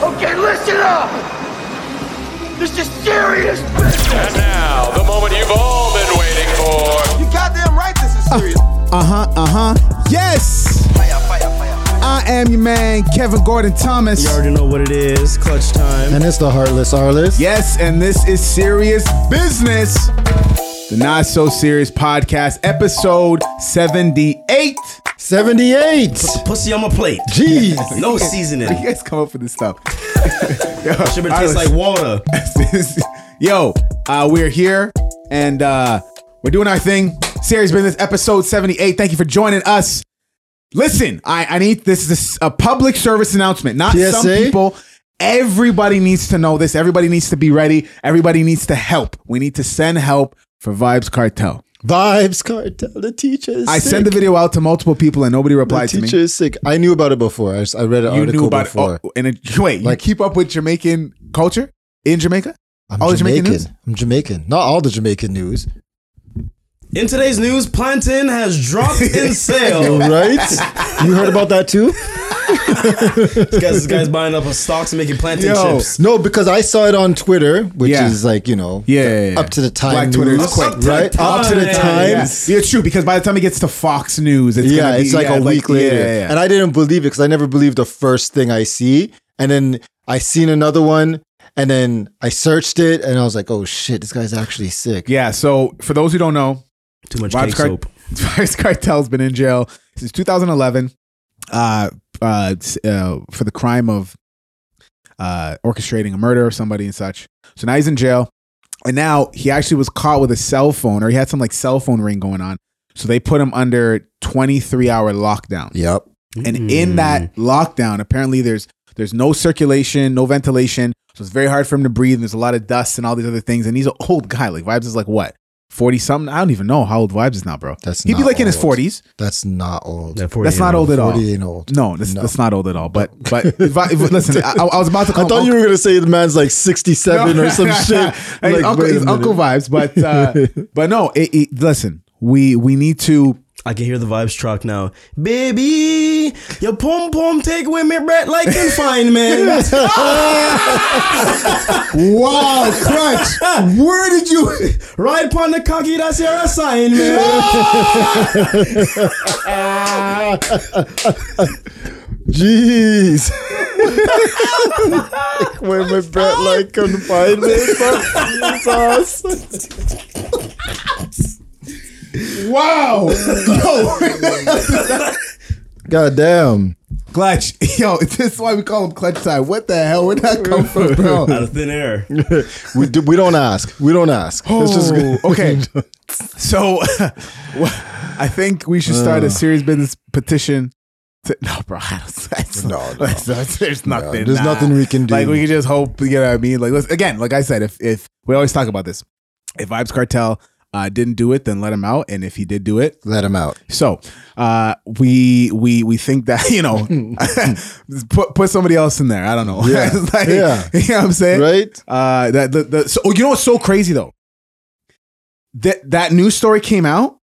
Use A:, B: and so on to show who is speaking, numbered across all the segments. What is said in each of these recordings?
A: fucking listen up! This is serious business!
B: And now, the moment you've all been waiting for.
C: You goddamn right this is serious.
D: Uh huh, uh huh. Yes!
C: Fire, fire, fire, fire.
D: I am your man, Kevin Gordon Thomas.
E: You already know what it is. Clutch time.
F: And it's the Heartless Artless.
D: Yes, and this is serious business. The Not So Serious Podcast, episode 78.
F: 78.
E: Pussy on my plate.
F: Jeez.
E: No seasoning.
D: You guys come up with this stuff. Yo, all
E: Should have tastes
D: right,
E: like water.
D: let's- Yo, uh, we're here and uh, we're doing our thing. Serious Business, episode 78. Thank you for joining us. Listen, I, I need this is a public service announcement, not some
F: PSA?
D: people. Everybody needs to know this. Everybody needs to be ready. Everybody needs to help. We need to send help for Vibes Cartel.
F: Vibes cartel. The teacher is
D: I
F: sick.
D: sent the video out to multiple people and nobody
F: The
D: replied to me.
F: teacher is sick. I knew about it before. I, s- I read an
D: you
F: article
D: knew about
F: before.
D: it. Oh, and it, wait,
F: Like-
D: you keep up with Jamaican culture in Jamaica?
F: I'm
D: all the oh, Jamaican
F: Jamaican.
D: news?
F: I'm Jamaican. Not all the Jamaican news.
E: In today's news, plantain has dropped in sale.
F: Right? you heard about that too?
E: this, guy's, this guy's buying up stocks and making plantain
D: Yo.
E: chips.
F: No, because I saw it on Twitter, which
D: Yeah.
F: is like, you know,
D: Yeah, yeah,
F: up to the time.
D: Black Twitter is
F: news,
D: quick.
E: Up to the
F: Right? Up to the
E: time.
F: time.
D: Yeah. yeah, true. Because by the time it gets to Fox News, it's
F: yeah,
D: gonna be,
F: it's like
D: yeah,
F: a week later.
D: Yeah, yeah.
F: And I didn't believe it because I never believe the first thing I see. And then I seen another one, and then I searched it, and I was like, "Oh shit, this guy's actually sick."
D: yeah. So for those who don't know,
E: Too much
D: Vibes
E: cake
D: Cart-
E: soap.
D: Vibes Cartel's been in jail since 2011 uh, uh, s- uh, for the crime of uh, orchestrating a murder of somebody and such. So now he's in jail. And now he actually was caught with a cell phone or he had some like cell phone ring going on. So they put him under 23 hour lockdown.
F: Yep.
D: And in that
F: Mm.
D: lockdown, apparently there's there's no circulation, no ventilation. So it's very hard for him to breathe. And there's a lot of dust and all these other things. And he's an old guy. Like Vibes is like what? 40 something? I don't even know how old Vibes is now, bro.
F: That's
D: He'd be
F: not
D: like in his
F: old.
D: 40s.
F: That's not old.
E: That 48
D: That's not old at all.
F: Forty ain't old.
D: No, that's,
F: No.
D: that's not old at all. But but if I, if- listen, I, I was about to
F: I
D: call
F: thought you
D: him
F: were gonna say the man's like sixty-seven
D: Uncle-
F: or some shit.
D: Hey,
F: Like,
D: uncle,
F: wait a
D: he's
F: minute.
D: uncle vibes, but uh, but no. It, it, listen, we we need to
E: I can hear the vibes truck now. Baby, your pom pom take with me, Brett, like confinement.
D: wow, crunch. Where did you?
E: Ride upon the cocky, that's your assignment.
F: Jeez. when my Brett like confinement, Jesus.
D: Wow,
F: God damn.
D: clutch. Yo, this is why we call him clutch time. What the hell? Where'd that come from, bro?
E: Out of thin air.
F: We do, we don't ask. We don't ask. It's just
D: Oh, okay. So, wha- I think we should start a serious business petition. To, no, bro, I don't, that's,
F: No, no.
D: that's- there's nothing.
F: there's nothing we can do.
D: Like we can just hope. You know what I mean? Like let's, again, like I said, if if we always talk about this, if Vibes Cartel uh, didn't do it, then let him out, and if he did do it,
F: let him out.
D: so uh, we we we think that you know put put somebody else in there. I don't know.
F: Yeah.
D: It's like,
F: Yeah.
D: You know what I'm saying?
F: Right?
D: Uh, that the, the so, oh, you know what's so crazy though? That that news story came out,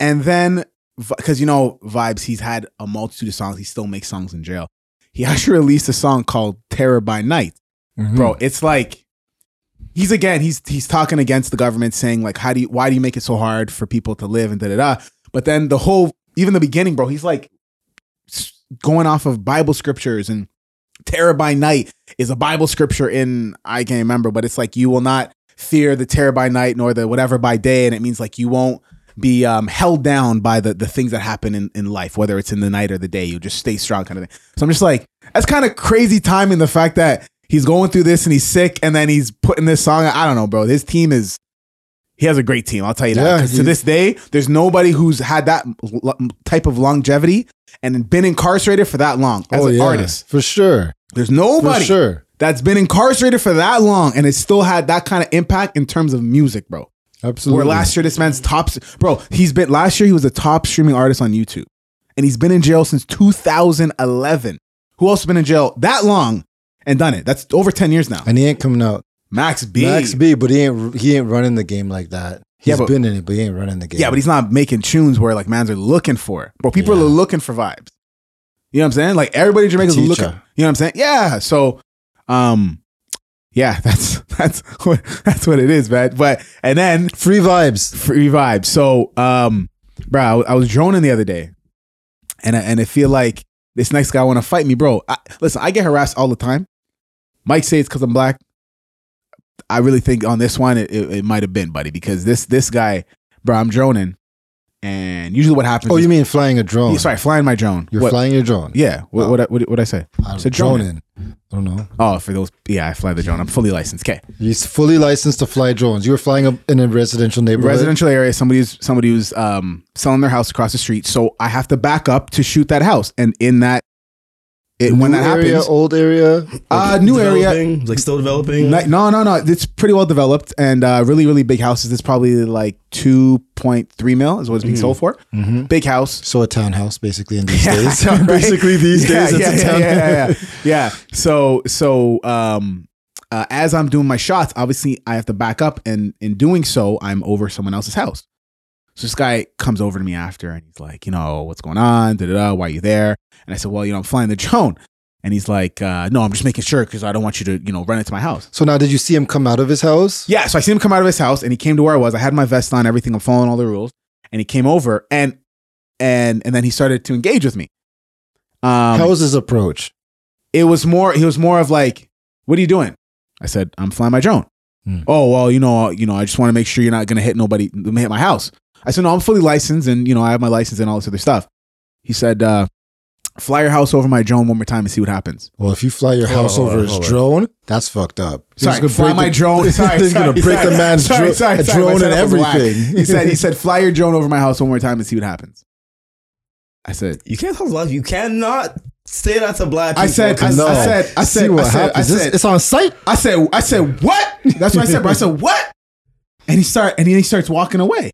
D: and then because you know vibes, he's had a multitude of songs. He still makes songs in jail. He actually released a song called "Terror by Night."
F: Hmm.
D: bro it's like he's again he's he's talking against the government saying like how do you why do you make it so hard for people to live and da da da but then the whole even the beginning bro he's like s- going off of bible scriptures and terror by night is a bible scripture in i can't remember but it's like you will not fear the terror by night nor the whatever by day and it means like you won't be um, held down by the, the things that happen in, in life whether it's in the night or the day you just stay strong kind of thing so i'm just like that's kind of crazy timing the fact that he's going through this and he's sick and then he's putting this song out. i don't know bro his team is he has a great team i'll tell you that
F: Yeah,
D: 'Cause to
F: he-
D: this day there's nobody who's had that l- type of longevity and been incarcerated for that long as an
F: Oh, yeah.
D: artist
F: For sure.
D: there's
F: For
D: nobody
F: sure.
D: that's been incarcerated for that long and it still had that kind of impact in terms of music, bro.
F: Absolutely.
D: Where last year this man's top bro, he's been last year he was the top streaming artist on YouTube. And he's been in jail since 2011. Who else has been in jail that long and done it? That's over 10 years now.
F: and he ain't coming out.
D: Max B.
F: Max B, but he ain't he ain't running the game like that. He's
D: Yeah, but-
F: been in it, but he ain't running the game.
D: Yeah, but he's not making tunes where like mans are looking for. it. Bro, people
F: Yeah.
D: are looking for vibes. You know what I'm saying? Like everybody in Jamaica's
F: Teacher.
D: looking. You know what I'm saying? Yeah. So Um, yeah, that's that's what that's what it is, man. But and then
F: Free vibes.
D: free vibe. So, um, bro, I, was- I was droning the other day, and I, and I feel like this next guy want to fight me, bro. I, listen, I get harassed all the time. Mike says it's because I'm black. I really think on this one it, it, it might have been, buddy, because this this guy, bro, I'm droning, and usually what happens?
F: Oh,
D: is-
F: you mean flying a drone?
D: Yeah, sorry, flying my drone.
F: You're
D: What-
F: flying your drone.
D: Yeah. What
F: Oh.
D: what I- what what I say?
F: I'm
D: So droning.
F: droning. I don't know.
D: Oh, for those, yeah, I fly the drone. I'm fully licensed. Okay.
F: He's fully licensed to fly drones. You were flying up in a residential neighborhood.
D: residential area somebody's somebody who's um selling their house across the street so i have to back up to shoot that house and in that it when
F: New
D: that
F: area,
D: happens
F: old area.
D: uh new area
E: Developing, like still developing.
D: ni- no no no it's pretty well developed and uh really really big houses it's probably like 2.3 mil is what it's
F: Mm-hmm.
D: being sold for big house
F: So a townhouse, basically, in these
D: I
F: days.
D: know, right?
F: Basically, these
D: yeah,
F: days, it's
D: yeah,
F: a
D: yeah,
F: townhouse.
D: yeah, yeah, yeah. So, so um, uh, as I'm doing my shots, obviously I have to back up, and in doing so, I'm over someone else's house. So this guy comes over to me after, and he's like, you know, what's going on? Da da da. Why are you there? And I said, well, you know, I'm flying the drone. And he's like, uh, no, I'm just making sure because I don't want you to, you know, run into my house.
F: So now, did you see him come out of his house?
D: Yeah, so I seen him come out of his house and he came to where I was. I had my vest on, everything. I'm following all the rules. And he came over and and and then he started to engage with me. Um,
F: How was his approach?
D: it was more he was more of like what are you doing i said i'm flying my drone
F: Hmm.
D: oh well you know you know i just want to make sure you're not going to hit nobody hit my house i said no i'm fully licensed and you know i have my license and all this other stuff he said uh, fly your house over my drone one more time and see what happens
F: Well, if you fly your house
E: hold on,
F: over his
E: hold on.
F: drone, that's fucked up. He's
D: Sorry,
F: gonna
D: fly
F: break
D: my
F: the-
D: drone. Sorry,
F: He's gonna
D: sorry,
F: break
D: sorry.
F: the man's
D: Sorry,
F: dro-
D: sorry,
F: a
D: sorry, my
F: drone and
D: setup was whack.
F: everything.
D: He said, "He said, fly your drone over my house one more time and see what happens." I said,
E: You can't tell black. You cannot say that to black.
D: I
E: people,
D: said- I
E: cause
D: said-
E: no.
D: I said- I
F: See
D: said-
F: what
D: I said-
F: happens.
D: I
F: This-
D: said- uh-huh.
F: it's on site.
D: I said, I said, what? That's what I said, bro. I said, what? And he start, and then he starts walking away.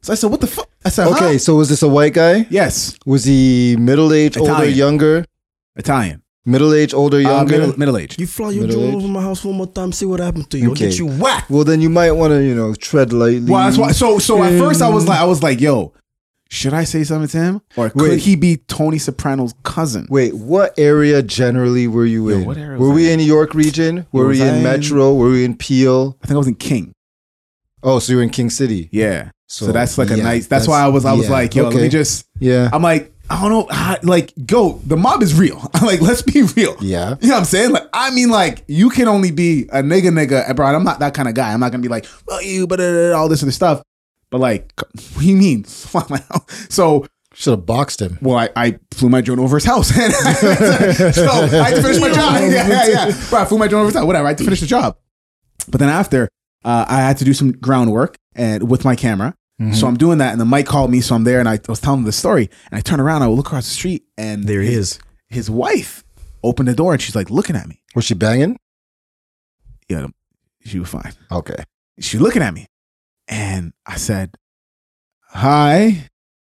D: So I said, what the fuck? I said, okay.
F: Okay, so was this a white guy?
D: Yes,
F: Was he middle aged, older,
D: Italian.
F: younger?
D: Italian,
F: Middle aged, older,
D: Uh,
F: younger.
D: middle, middle age.
E: You fly your
F: Middle
E: drone
F: age.
E: over my house one more time, see what happens to you. I'll
F: Okay.
E: get you whacked.
F: well, then you might want to, you know, tread lightly.
D: Well, that's why. So, so at first I was like, I was like, yo, should I say something to him, or could
F: Wait.
D: he be Tony Soprano's cousin?
F: Wait, what area generally were you in?
D: what area
F: were
D: was
F: we
D: I
F: in New York region? Were
D: Was
F: we in
D: I in-
F: Metro? Were we in Peel?
D: I think I was in King.
F: Oh, so you were in King City.
D: Yeah. So,
F: So,
D: that's like a
F: yeah,
D: nice. That's,
F: that's-
D: why I was. I was
F: yeah,
D: like, yo, let me
F: okay.
D: just.
F: Yeah.
D: I'm like, I don't know. how- Like, go. The mob is real. I'm like, let's be real.
F: Yeah.
D: You know what I'm saying? Like, I mean, like, you can only be a nigga, nigga, and bro. I'm not that kind of guy. I'm not gonna be like, well, you, but uh, all this other stuff. But like, what do you mean? so,
F: Should have boxed him.
D: well, I, I flew my drone over his house, so I had to finish my job. Yeah, yeah, yeah. Bro, I flew my drone over his house. Whatever, I had to finish the job. But then after, uh, I had to do some groundwork and with my camera.
E: Mm-hmm.
D: So I'm doing that, and the mic called me, so I'm there, and I was telling him the story. And I turn around, I look across the street, and
E: There he
D: his-
E: is.
D: His wife opened the door, and she's like looking at me.
F: Was she banging?
D: Yeah, she was fine.
F: Okay.
D: She looking at me, and I said, "Hi,"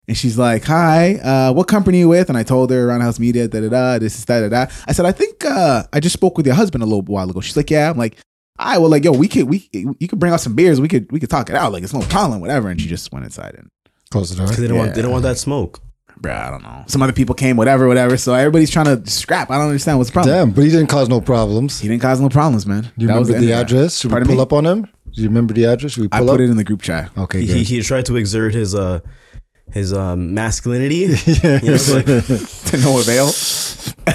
D: and she's like, "Hi, uh, what company you with?" And I told her Roundhouse Media, da da da, this is da da da. I said, "I think uh, I just spoke with your husband a little while ago." She's like, "Yeah." I'm like, "I well, like, yo, we could we you could bring out some beers, we could we could talk it out, like it's no problem, whatever." And she just went inside and.
F: Close the door.
E: 'Cause They don't, want, they don't want that smoke.
D: Bruh, I don't know. Some other people came, whatever, whatever. So everybody's trying to scrap. I don't understand what's the problem.
F: Damn, but he didn't cause no problems.
D: He didn't cause no problems, man.
F: Do you remember the, address? Should we pull up on him? Do you remember the address? Should we
D: I
F: pull
D: put
F: up?
D: it in the group chat.
F: Okay,
E: He,
F: good.
E: he, he tried to exert his uh his um masculinity. You know, it's like,
D: to no avail.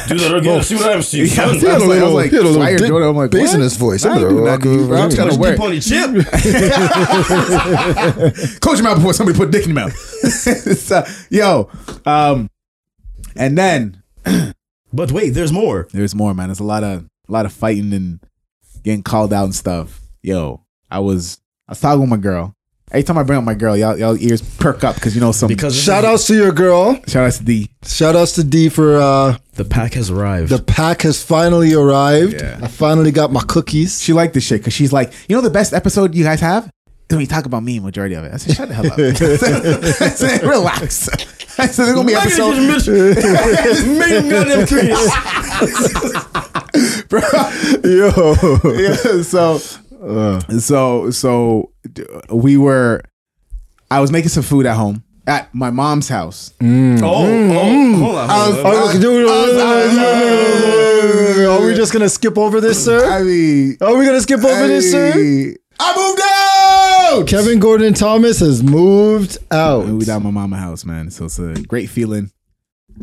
E: do that again. See what happens to you.
D: Yeah, I was
E: son.
D: like, I was like,
F: he had a little
D: fire
F: dick
D: Jordan. I'm like,
F: bass
D: what?
F: in his voice.
D: I ain't do nothing to you, bro. I'm
F: Too
D: trying to
F: much
D: work.
E: Dip on your chip.
D: Close your mouth before somebody put dick in your mouth. So, yo, um, and then
E: But wait, there's more.
D: there's more, man. There's a lot of a lot of fighting and getting called out and stuff. Yo, I was I was talking with my girl. Every time I bring up my girl, y'all y'all ears perk up because you know some.
E: Because this
F: Shout
E: is-
F: outs to your girl.
D: shout out to D.
F: Shout outs to D for uh,
E: the pack has arrived.
F: the pack has finally arrived.
D: Yeah.
F: I finally got my cookies.
D: She liked this shit because she's like, you know, the best episode you guys have is when you talk about me. Majority of it. I said, shut the hell up. I said, relax. I said, there's gonna be
E: Look at this
D: episode.
E: bitch. Make them goddamn
D: bro.
E: trees.
D: Yo. yeah, so, so, so d- we were, I was making some food at home at my mom's house.
F: Mm.
E: Oh,
D: Mm-hmm.
E: oh, hold on. Hold on.
F: Are we just gonna skip over this, sir?
D: I mean,
F: Are we gonna skip over this, sir?
D: I- I moved out.
F: Kevin Gordon Thomas has moved out.
D: I moved out my mama house, man. So it's a great feeling.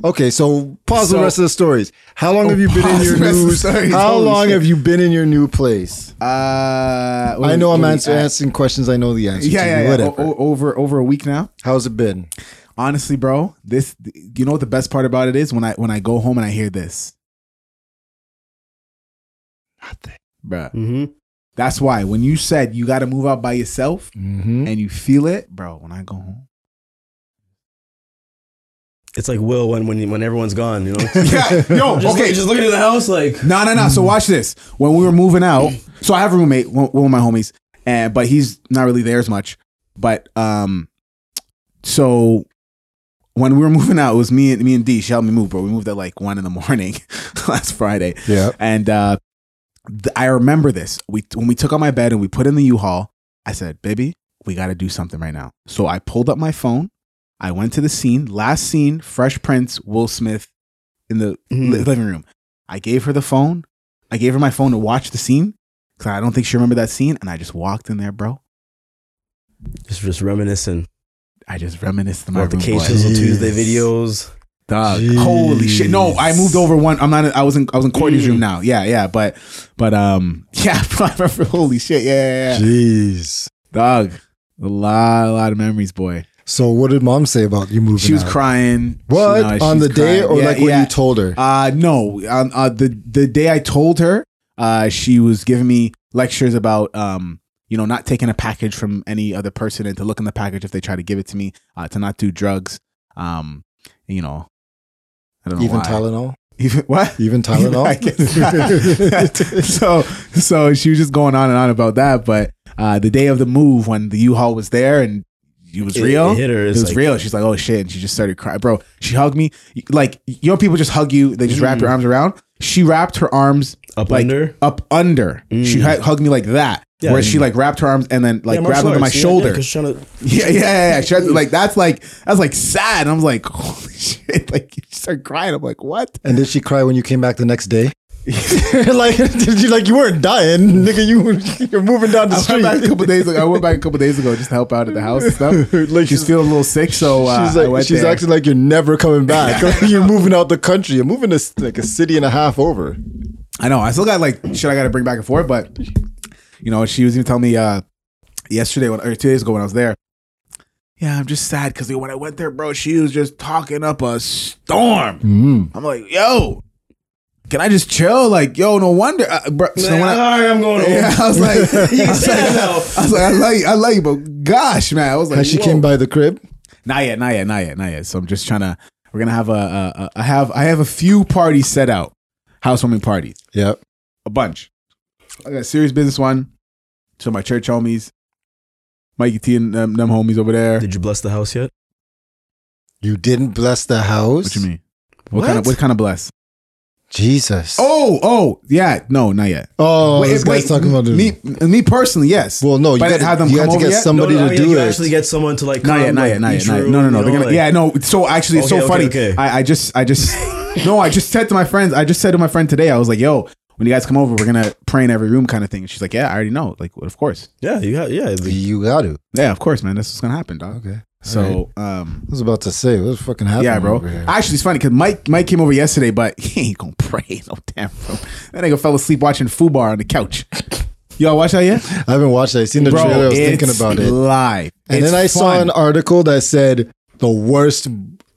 F: Okay, so pause
D: So-
F: the rest of the stories. How long
D: Oh,
F: have you been in
D: pause
F: your
D: the rest of
F: new?
D: the stories.
F: How
D: Holy
F: long
D: shit.
F: have you been in your new place?
D: Uh,
F: I know I'm answer,
D: answering.
F: answering questions. I know the answer.
D: Yeah,
F: to.
D: yeah, Oh, yeah.
F: Whatever.
D: O- o- over over a week now.
F: How's it been?
D: Honestly, bro, this you know what the best part about it is when I when I go home and I hear this. Nothing, bro.
E: Mhm.
D: That's why when you said you got to move out by yourself
F: Mm-hmm.
D: and you feel it, bro. When I go home,
E: It's like Will when when, when everyone's gone, you know. just,
D: yeah, yo, okay,
E: look- just looking at the house like
D: No, no, no. So watch this. When we were moving out, so I have a roommate, one, one of my homies, and but he's not really there as much. But um, so when we were moving out, it was me and me and D. She helped me move, bro. We moved at like one in the morning last Friday,
F: Yeah.
D: and uh, th- I remember this. We when we took out my bed and we put in the U-Haul. I said, "Baby, we got to do something right now." So I pulled up my phone. I went to the scene. Last scene: Fresh Prince, Will Smith in the
E: Mhm.
D: li- living room. I gave her the phone. I gave her my phone to watch the scene because I don't think she remembered that scene. And I just walked in there, bro.
E: just, just reminiscing
D: I just reminisced about
E: about
D: the
E: the
D: case.
E: Cases on
F: Jeez.
E: Tuesday videos.
D: Dog.
F: Jeez.
D: Holy shit! No, I moved over one. I'm not. I was in. I was in Courtney's
F: Mm.
D: room now. Yeah, yeah. But, but um, yeah. holy shit! Yeah, yeah, yeah.
F: Jeez.
D: Dog. A lot, a lot of memories, boy.
F: So what did mom say about you moving?
D: She was
F: out?
D: crying.
F: What
D: She- no,
F: on
D: she's
F: the day
D: crying.
F: or
D: Yeah,
F: like when
D: yeah.
F: you told her?
D: Uh, no, on uh, the the day I told her, uh, she was giving me lectures about um, you know, not taking a package from any other person and to look in the package if they try to give it to me, uh, to not do drugs, um, you know, I don't know
F: Even
D: why.
F: Tylenol.
D: even what.
F: Even
D: I guess.
F: Tylenol.
D: so so she was just going on and on about that, but uh, the day of the move when the U-Haul was there and it was
E: It-
D: real,
E: it hit her.
D: It
E: It's
D: was
E: like-
D: real. She's like, oh shit, and she just started crying, bro. She hugged me, like you know, people just hug you. They just wrap your arms around. She wrapped her arms
E: Mm. Up
D: like
E: under? Mm.
D: up under. She hu- hugged me like that,
E: Yeah.
D: where she like wrapped her arms and then like grabbed onto my shoulder. Yeah, yeah, yeah. yeah. She had to- like that's like that's like sad. And I'm like, holy shit! Like she started crying. I'm like, what?
F: and did she cry when you came back the next day? like did you like you weren't dying, nigga? You you're moving down the
D: I
F: street.
D: went back a couple days ago. I went back a couple days ago just to help out at the house and stuff.
F: Like
D: she's
F: she's-
D: feeling a little sick, so uh,
F: she's
D: I
F: like,
D: went
F: she's
D: there.
F: acting like you're never coming back. Like, you're moving out the country. You're moving to s- like a city and a half over.
D: I know. I still got like shit. I got to bring back and forth, but you know, she was even telling me uh, yesterday when, or two days ago when I was there. Yeah, I'm just sad because when I went there, bro, she was just talking up a storm.
F: Mm-hmm.
D: I'm like, yo, can I just chill? Like, yo, no wonder, uh, bro. So when I-
E: I'm going home.
D: yeah, I was like, I was like, I was like, I love you, I love you, but gosh, man, I was like,
F: Has she
D: whoa.
F: came by the crib?
D: Not yet, not yet, not yet, not yet. So I'm just trying to. We're gonna have a, a, a I have I have a few parties set out, housewarming parties,
F: Yeah.
D: a bunch. I got a serious business one. So my church homies, Mikey T and them, them homies over there.
E: Did you bless the house yet?
F: You didn't bless the house.
D: What you mean? What, kind of
E: What?
D: what kind of bless?
F: Jesus.
D: Oh, oh, yeah, no, not yet.
F: oh, this guy's talking about the-
D: me, me personally, yes.
F: Well, no, you
D: But
F: got to
D: have them
F: you
D: come
F: had to
D: over
F: get
D: yet?
F: somebody
E: No, no, I
F: to
E: mean,
F: do
E: you
F: it.
E: actually get someone to like.
D: not
E: come,
D: yet, not
E: like,
D: yet, not yet,
E: each
D: not yet.
E: room,
D: No, no, no.
E: you
D: They're
E: know,
D: gonna,
E: like-
D: yeah, no. So actually, it's
E: Okay,
D: so
E: okay,
D: funny.
E: okay.
D: I, I just, I just, no, I just said to my friends, I just said to my friend today, I was like, yo, when you guys come over, we're gonna pray in every room, kind of thing. And she's like, yeah, I already know. Like, of course.
E: Yeah, you got yeah. the-
F: You got to.
D: Yeah, of course, man. That's what's gonna happen, dog.
F: Okay. All
D: So, um,
F: I was about to say, what's fucking happening?
D: yeah, bro.
F: over here?
D: Actually, it's funny because Mike, Mike came over yesterday, but he ain't gonna pray in no damn room. That nigga fell asleep watching Fubar on the couch. Y'all watch that yet?
F: I haven't watched it. I seen the trailer. I was thinking
D: it's
F: about it.
D: Live.
F: And then I saw an article that said the worst.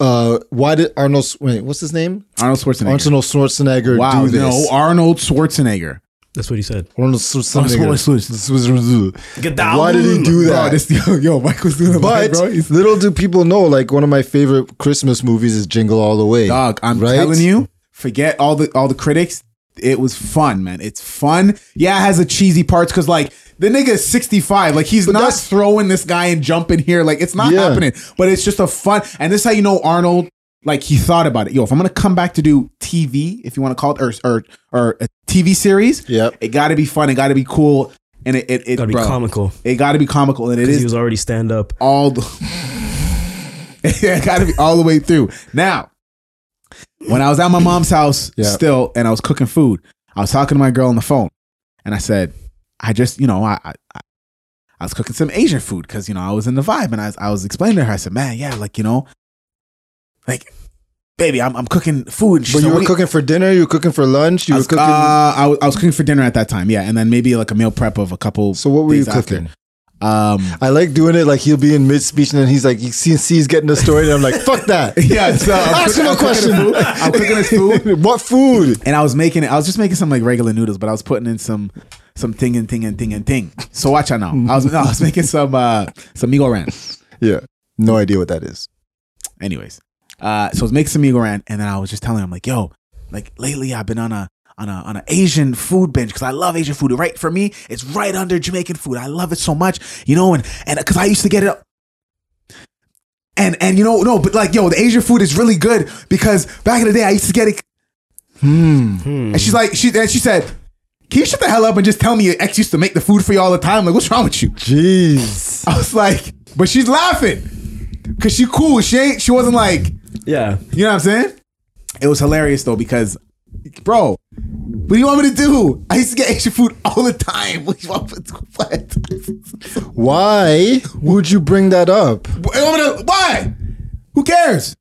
F: Uh, why did Arnold? S- Wait, what's his name?
D: Arnold Schwarzenegger.
F: Arnold Schwarzenegger
D: wow,
F: do this?
D: no, Arnold Schwarzenegger.
E: That's what he said.
F: Arnold Schwarzenegger.
E: Get down.
F: Why did he do
D: Bro,
F: that?
D: Oh, this, yo, yo, Mike was doing a
F: but
D: live, bro. He's-
F: little do people know, like one of my favorite Christmas movies is Jingle All the Way.
D: dog, I'm
F: right?
D: telling you, forget all the all the critics. It was fun, man. It's fun. Yeah, it has the cheesy parts because like the nigga is 65. Like he's not
F: that's-
D: throwing this guy and jumping here. Like it's not
F: Yeah.
D: happening. But it's just a fun. And this is how you know Arnold. Like he thought about it. Yo, if I'm gonna come back to do TV, if you want to call it, or or or a TV series,
F: Yep.
D: it got to be fun. It got to be cool. And it it, it
E: Gotta be
D: bro,
E: comical.
D: It got to be comical, and it
E: He
D: is
E: was already stand up.
D: all the it got to be all the way through. Now, when I was at my mom's house
F: Yeah.
D: still and I was cooking food, I was talking to my girl on the phone and I said, I just, you know, I, I, I- I was cooking some Asian food because, you know, I was in the vibe and I, was- I was explaining to her, I said, man, yeah, like, you know, like, baby, I'm, I'm cooking food. And she
F: But
D: said,
F: you
D: "What
F: were
D: do
F: cooking for dinner. You were cooking for lunch. You
D: I
F: were
D: was,
F: cooking.
D: uh, I, was, I was cooking for dinner at that time, yeah, and then maybe like a meal prep of a couple.
F: so what were you
D: days after.
F: cooking?
D: Um,
F: I like doing it. Like he'll be in mid speech and then he's like, he sees, he's getting the story, and I'm like, fuck that.
D: yeah, so I'm
F: Ask
D: cooking-
F: him a
D: I'm cooking the food.
F: question.
D: I'm cooking his food,
F: what food?
D: and I was making it. I was just making some like regular noodles, but I was putting in some some thing and thing and thing and thing. So watch out now. I was no, I was making some uh some migo ran.
F: Yeah, no idea what that is.
D: Anyways, uh, so I was making some migo ran, and then I was just telling him like, yo, like lately I've been on a on a on an Asian food binge because I love Asian food. Right for me, it's right under Jamaican food. I love it so much, you know, and and because I used to get it. And and you know no, but like yo, the Asian food is really good because back in the day I used to get it hmm. And she's like, she and she said, "Can you shut the hell up and just tell me your ex used to make the food for you all the time? Like, what's wrong with you?"
F: Jeez.
D: I was like, but she's laughing because she cool. She ain't. She wasn't like,
E: Yeah.
D: you know what I'm saying? It was hilarious though because, bro, what do you want me to do? I used to get Asian food all the time. What do you want me to do? What?
F: Why would you bring that up?
D: What do you want me to- Why? Who cares?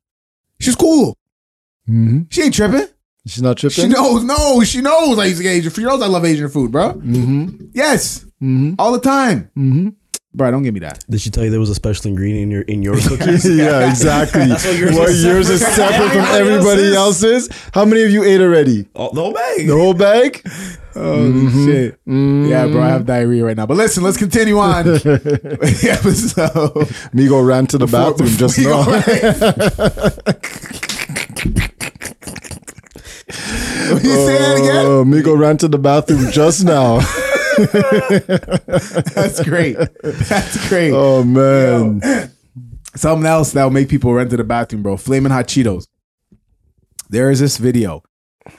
D: She's cool. She ain't Mm-hmm. tripping.
F: She's not tripping.
D: She knows. No, she knows. I used to get Asian food. She knows I love Asian food, bro. Mm-hmm. Yes. Mm-hmm. All the time. Mm-hmm. Bro, don't give me that.
E: Did she tell you there was a special ingredient in your in your cookies?
F: yeah, exactly.
E: That's what yours
F: What
E: is
F: yours is
E: separate from
F: separate from
E: everybody
F: everybody else's. How many of you ate already?
E: oh, the whole bag.
F: The whole bag?
D: Oh shit. Mm-hmm. Yeah, bro, I have diarrhea right now. But listen, let's continue on. the episode.
F: Me go ran to the bathroom just
D: We
F: now.
D: gonna- you say that again?
F: Oh, Migo ran to the bathroom just now.
D: That's great. That's great.
F: Oh man,
D: Something else that'll make people run to the bathroom, bro. Flaming hot Cheetos. There is this video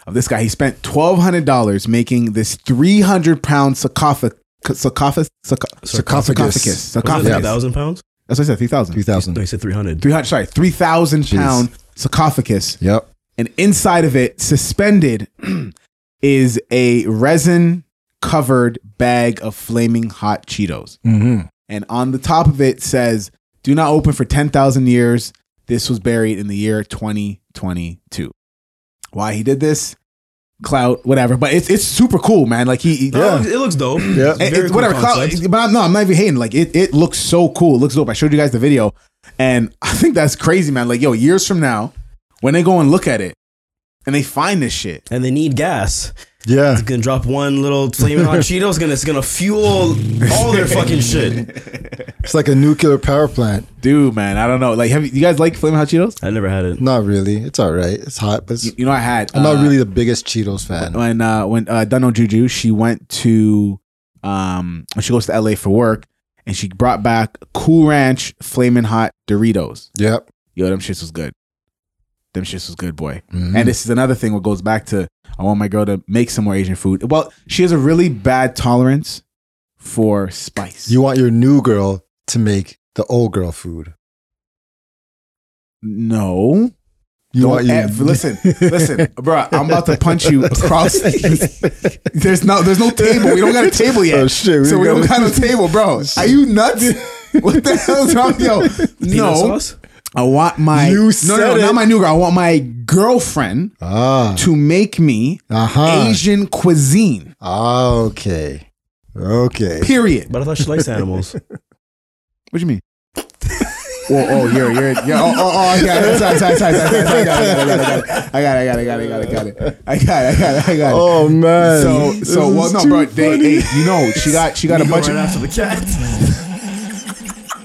D: of this guy. He spent twelve hundred dollars making this three hundred pound sarcophagus. Sarcophagus. Sarcophagus.
F: Sarcophagus.
D: Sarcophagus.
E: Was it
D: sarcophagus.
E: a thousand pounds?
D: That's what I said. Three thousand.
F: two
E: No,
F: thousand.
E: he said three hundred.
D: Three hundred. Sorry, three thousand pound sarcophagus.
F: Yep.
D: and inside of it, suspended, is a resin covered bag of flaming hot Cheetos.
F: Mm-hmm.
D: And on the top of it says, Do not open for 10,000 years. This was buried in the year 2022. Why he did this, clout, whatever. But it's, it's super cool, man. Like, he, he-
E: No, it looks- it looks dope.
F: Yeah.
E: It's
D: it-
E: very
D: it's
E: cool
D: whatever. Cloud,
E: concept.
D: but I'm, no, I'm not even hating. Like it, it looks so cool. It looks dope. I showed you guys the video, and I think that's crazy, man. Like yo, years from now, when they go and look at it, and they find this shit,
E: And they need gas.
F: Yeah.
E: Gonna drop one little flaming hot Cheetos. Gonna it's gonna fuel all their fucking shit.
F: It's like a nuclear power plant.
D: dude, man. I don't know. Like, have you, you guys like flaming hot Cheetos?
E: I never had it.
F: Not really. It's all right. It's hot, but it's,
D: You, you know, I had.
F: I'm not
D: uh,
F: really the biggest Cheetos fan.
D: when uh when uh Dunno Juju, she went to um when she goes to LA for work, and she brought back Cool Ranch flaming hot Doritos.
F: Yep.
D: yo, them shits was good. Them shits was good, boy.
F: Mhm.
D: And this is another thing what goes back to I want my girl to make some more Asian food. Well, she has a really bad tolerance for spice.
F: You want your new girl to make the old girl food.
D: no,
F: You
D: don't
F: want your-
D: F, listen, listen, bro. I'm about to punch you across. there's no, there's no table. We don't got a table yet.
F: Oh, shit, we
D: so we don't
F: gotta-
D: got a table, bro. Are you nuts? What the hell's wrong, yo?
E: Peanut
D: No,
E: sauce?
D: I want my
F: You
D: no, no,
F: said
D: no,
F: it.
D: not my new girl. I want my girlfriend
F: Ah.
D: to make me
F: Uh-huh.
D: Asian cuisine.
F: Ah, okay. Okay.
D: Period.
E: But I thought she likes animals.
D: What do you mean? Whoa, oh, you're, you're, you're, oh, oh, oh, yeah, that's- that's- that's- that's- that's- that's- I got it, I got it, I got it, I got it, I got it, I got it, I got it, I got it, I got it, I got it.
F: Oh man.
D: So,
F: This
D: so, well,
F: is
D: no,
F: too
D: bro, they,
F: funny.
D: hey, you know, she got, she got a bunch of,
E: the cat.
F: bro.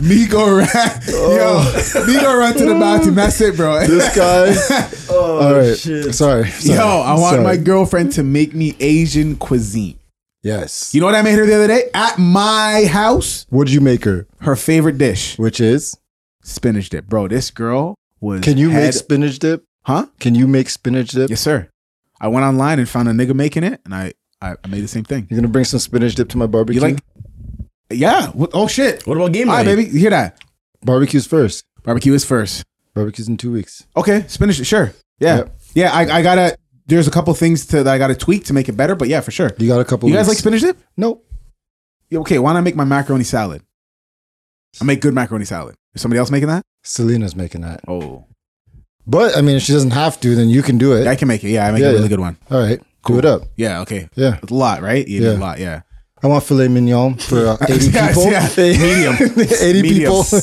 D: Migo ran, yo, Migo ran to the bathroom, that's it, bro.
F: Oh. this guy.
E: Oh
F: All right.
E: shit.
F: Sorry. sorry.
D: Yo, I want
F: Sorry.
D: my girlfriend to make me Asian cuisine.
F: Yes.
D: You know what I made her the other day? At my house,
F: What did you make her?
D: her favorite dish,
F: Which is?
D: spinach dip. Bro, this girl was
F: Can you
D: head-
F: make spinach dip?
D: Huh?
F: Can you make spinach dip?
D: Yes, sir. I went online and found a nigga making it, and I I, I made the same thing.
F: You're gonna bring some spinach dip to my barbecue.
D: You like? Yeah. What, oh shit.
E: What about game
D: All
E: night?
D: right, baby. You hear that?
F: barbecues first?
D: Barbecue is first.
F: Barbecues in two weeks.
D: Okay, spinach. Sure. Yeah.
F: Yep.
D: Yeah. I, I gotta. There's a couple things to, that I gotta tweak to make it better, but yeah, for sure.
F: You got a couple.
D: You guys
F: weeks.
D: like spinach dip?
F: Nope.
D: Yeah, okay, why not make my macaroni salad? I make good macaroni salad. Is somebody else making that?
F: Selena's making that,
D: Oh,
F: but I mean, if she doesn't have to, then you can do it.
D: I can make it. Yeah, I make
F: Yeah,
D: a really
F: yeah.
D: good one.
F: All right, cool. do it up.
D: Yeah. Okay.
F: Yeah,
D: It's a lot, right? Yeah,
F: Yeah.
D: a lot. Yeah.
F: I want filet mignon for uh, eighty
D: Yeah,
F: people.
D: yeah. Medium.
F: eighty
D: Medium.
F: people.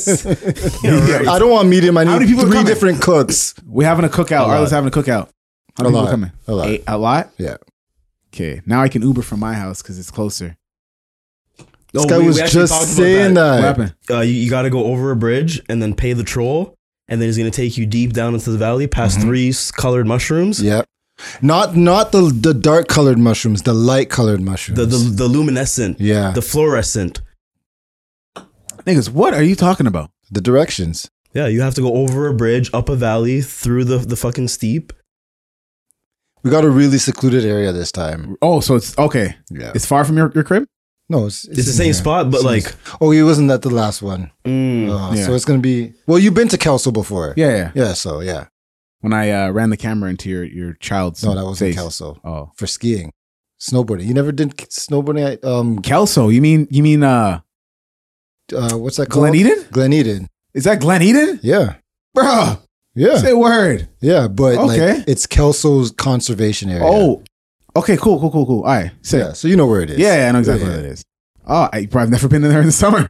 D: Medium.
F: I don't want medium. I
D: How
F: need
D: many people are
F: three
D: coming?
F: different cooks.
D: We're having a cookout. Arlo's having a cookout. How
F: A
D: many people
F: lot.
D: coming?
F: A lot.
D: Eight, a lot.
F: Yeah.
D: Okay. Now I can Uber from my house because it's closer.
E: No,
F: This guy
E: Oh, we- we
F: was
E: actually talked
F: just
E: about
F: saying
D: What
F: that.
D: happened?
E: uh, you, you got to go over a bridge and then pay the troll, and then he's gonna take you deep down into the valley past three s- colored mushrooms.
F: Mm-hmm. Yeah. Not not the the dark colored mushrooms, the light colored mushrooms.
E: The, the the luminescent,
F: yeah.
E: the
F: The,
E: fluorescent.
D: Niggas, what are you talking about?
F: directions.
E: Yeah, you have to go over a bridge, up a valley, through the the fucking steep.
F: We got a really secluded area this time.
D: Oh, so it's okay.
F: Yeah.
D: It's far from your, your crib?
F: no, it's,
E: It's, the
F: in
E: same
F: here.
E: spot, but
F: It's in
E: like,
F: this- oh, he wasn't at the last one.
E: mm,
F: Uh,
D: yeah.
F: So it's gonna be. Well, you've been to Kelso before.
D: Yeah, yeah.
F: Yeah. So yeah.
D: When I uh, ran the camera into your, your child's
F: No, that wasn't
D: face.
F: Kelso
D: Oh.
F: for skiing, snowboarding. You never did snowboarding at um.
D: Kelso, you mean you mean uh
F: Uh, what's that called?
D: Glen Eden?
F: Glen Eden.
D: Is that Glen Eden?
F: Yeah.
D: Bruh.
F: Yeah.
D: Say word.
F: Yeah. But
D: Okay.
F: like, it's Kelso's conservation area.
D: Oh. Okay, cool, cool, cool, cool. All right. Say
F: Yeah. So you know where it is.
D: Yeah, yeah, I know exactly what it is. Oh, I probably never been in there in the summer.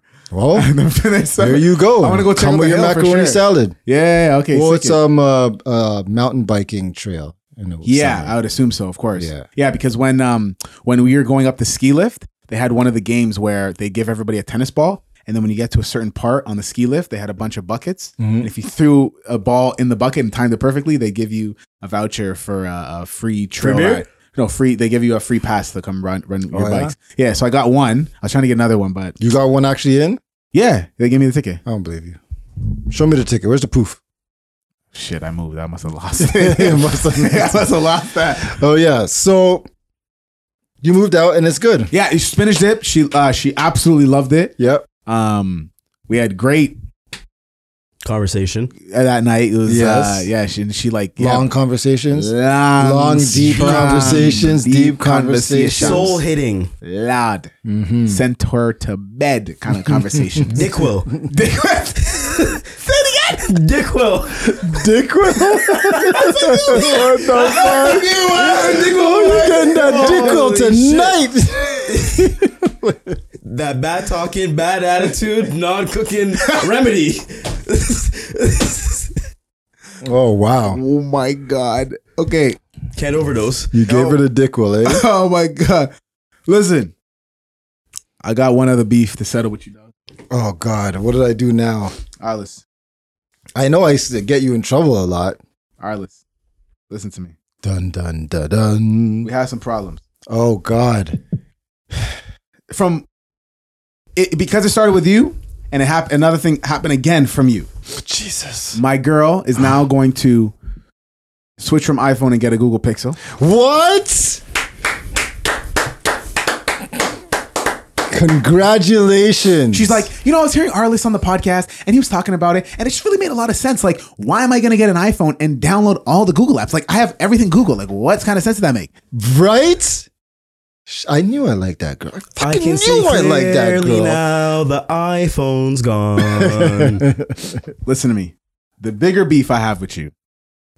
F: Well,
D: I've never been there in the summer.
F: Oh. there you go.
D: I wanna go check
F: Come
D: out
F: with
D: the
F: your
D: hill for
F: macaroni
D: sure.
F: salad.
D: Yeah, yeah, okay.
F: well,
D: sick
F: it's
D: it.
F: um uh, uh mountain biking trail. in the
D: yeah,
F: summer.
D: I would assume so, of course.
F: Yeah.
D: Yeah, because when um when we were going up the ski lift, they had one of the games where they give everybody a tennis ball. And then when you get to a certain part on the ski lift, they had a bunch of buckets. And if you threw a ball in the bucket and timed it perfectly, they give you a voucher for a, a free trail
E: beer?
D: ride. No, free. They give you a free pass to come run run your
F: Oh, yeah?
D: bikes. yeah, so I got one. I was trying to get another one, but
F: You got one actually in?
D: yeah, they gave me the ticket.
F: I don't believe you. Show me the ticket. Where's the proof?
D: Shit, I moved. I must have lost it. I must have lost that.
F: Oh yeah. So you moved out and it's good.
D: Yeah, it's spinach dip. She uh, she absolutely loved it.
F: Yep.
D: Um, we had great
E: conversation.
D: uh, that night. It was uh,
F: Yes.
D: yeah. She and she like yeah,
F: Long conversations.
D: long,
F: long, deep
D: strong,
F: conversations, deep conversations. Sounds-
E: Soul hitting.
D: loud,
F: Mm-hmm.
D: sent her to bed kind of conversation.
E: Dick will.
D: Dick whip.
E: Say it again. Dick will.
F: Dick will. what the fuck? You're getting that dick will
E: Holy shit.
F: tonight.
E: That bad talking, bad attitude, non cooking remedy.
F: Oh wow.
D: Oh my god. Okay.
E: Can't overdose.
F: You gave her the dick will, eh?
D: Oh my god. Listen, I got one other beef to settle with you, dog.
F: Oh god, what did I do now?
D: Alice,
F: I know I used to get you in trouble a lot.
D: Alice, listen to me.
F: Dun dun dun dun.
D: We had some problems.
F: Oh God.
D: from it because it started with you and it happened another thing happened again from you
F: Jesus.
D: my girl is now going to switch from iphone and get a google pixel
F: What? Congratulations.
D: she's like you know i was hearing arliss on the podcast and he was talking about it and it just really made a lot of sense like why am i going to get an iphone and download all the google apps like i have everything google like what kind of sense did that make
F: right? Sh- I knew I liked that girl. I fucking knew I liked that
E: clearly
F: girl.
E: now the iPhone's gone.
D: listen to me the bigger beef i have with you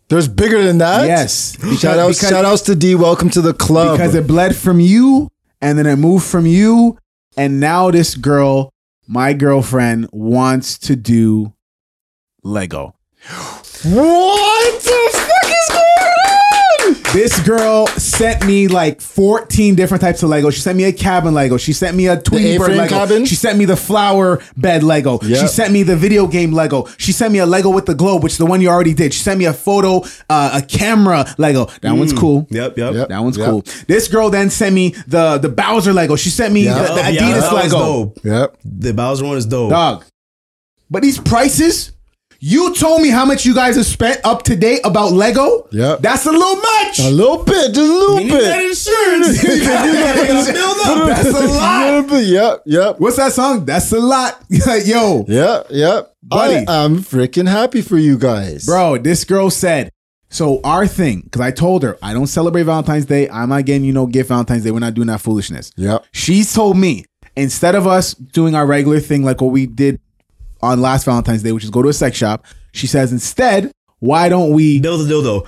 F: There's bigger than that.
D: yes
F: shout outs,
D: because-
F: shout outs to D. Welcome to the club.
D: because it bled from you and then it moved from you and now this girl my girlfriend wants to do lego
F: what the fuck is going on?
D: this girl sent me like 14 different types of lego she sent me a cabin lego she sent me a tweety bird
F: A-frame
D: lego
F: cabin?
D: she sent me the flower bed lego she
F: Yep.
D: sent me the video game lego she sent me a lego with the globe which is the one you already did she sent me a photo uh, a camera lego that one's cool
E: yep, yep.
F: Mm. Yep.
D: That one's
F: Yep.
D: cool. This girl then sent me the the Bowser Lego. She sent me the,
F: Yeah.
D: the
E: Oh, yeah,
D: Adidas
E: that one's
D: Lego.
E: dope.
F: Yep.
E: The Bowser one is dope.
D: Dog. But these prices, You told me how much you guys have spent up to date about Lego.
F: Yep.
D: That's a little much.
F: A little bit, just a little
E: You need that
F: bit.
E: insurance. You gotta build up.
D: That's a lot.
F: Little bit, Yep, yep,
D: What's that song? That's a lot. Yo,
F: yep, yep.
D: Buddy.
F: I am freaking happy for you guys,
D: bro, this girl said, so our thing, because I told her, I don't celebrate Valentine's Day. I'm not getting you no gift Valentine's Day. We're not doing that foolishness.
F: Yep.
D: She told me, instead of us doing our regular thing like what we did on last Valentine's Day, which is go to a sex shop, she says, instead, why don't we
E: Build the dildo.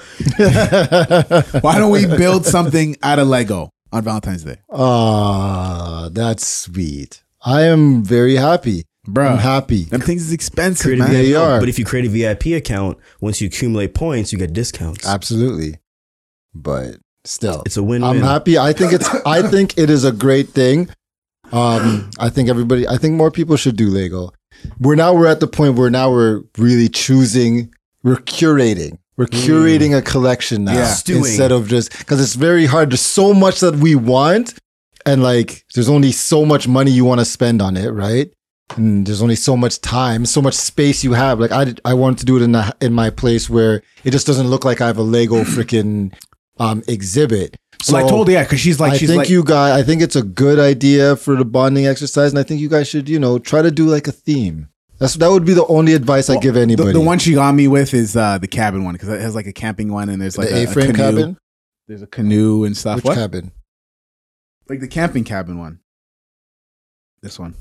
D: Why don't we build something out of Lego on Valentine's Day?
F: Ah, that's sweet. I am very happy.
D: Bruh.
F: I'm happy.
D: Them things is expensive,
E: Create a
D: man.
F: They
E: VIP.
F: are.
E: But if you create a VIP account, once you accumulate points, you get discounts.
F: Ah. Absolutely. But still,
E: It's a win-win.
F: I'm happy. I think it's. I think it is a great thing. Um, I think everybody. I think more people should do Lego. We're now we're at the point where now we're really choosing. We're curating. We're
E: Mm.
F: curating a collection now
D: Yeah.
E: Stewing.
F: instead of just because it's very hard. There's so much that we want, and like there's only so much money you want to spend on it, right? And there's only so much time, so much space you have. Like I, did- I wanted to do it in a, in my place where it just doesn't look like I have a Lego freaking um, exhibit. So
D: well, I told her, yeah, because she's like,
F: I
D: she's
F: think
D: like,
F: you guys. I think it's a good idea for the bonding exercise, and I think you guys should, you know, try to do like a theme. That's that would be the only advice I give
D: the,
F: anybody.
D: the one she got me with is uh, the cabin one because it has like a camping one and there's
F: the
D: like a, a
F: A-frame
D: canoe.
F: cabin.
D: There's a canoe and stuff.
F: Which
D: what?
F: cabin?
D: Like the camping cabin one. This one.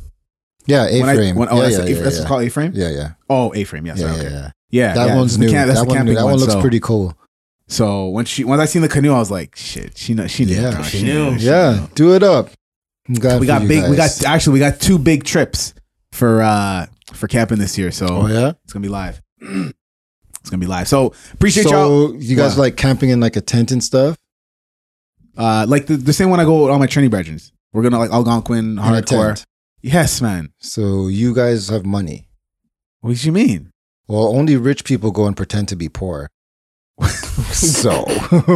F: Yeah,
D: When I-
F: A-frame.
D: when- oh,
F: yeah,
D: that's,
F: yeah,
D: a-
F: yeah,
D: that's
F: yeah.
D: called A-frame.
F: yeah, yeah,
D: Oh, A-frame. Yes.
F: yeah,
D: okay.
F: yeah,
D: Yeah.
F: yeah. That
D: yeah,
F: one's
D: it's the
F: new.
D: cam- that's
F: that
D: the
F: one, new.
D: camping
F: That one looks
D: so-
F: pretty cool.
D: So when she once I seen the canoe, I was like, shit. She know she knew.
F: Yeah.
D: bro.
E: She knew.
F: Yeah, do it up. I'm glad
D: We
F: for
D: got
F: you
D: big. We
F: guys.
D: got actually we got two big trips for uh for camping this year. So
F: Oh yeah.
D: It's gonna be live. it's gonna be live. So appreciate y'all. Uh,
F: So you guys
D: Wow.
F: like camping in like a tent and stuff?
D: Uh, like the, the same one I go with all my training brethrens. We're gonna like Algonquin
F: In a
D: hardcore.
F: tent.
D: Yes, man.
F: So you guys have money.
D: What do you mean?
F: Well, only rich people go and pretend to be poor. so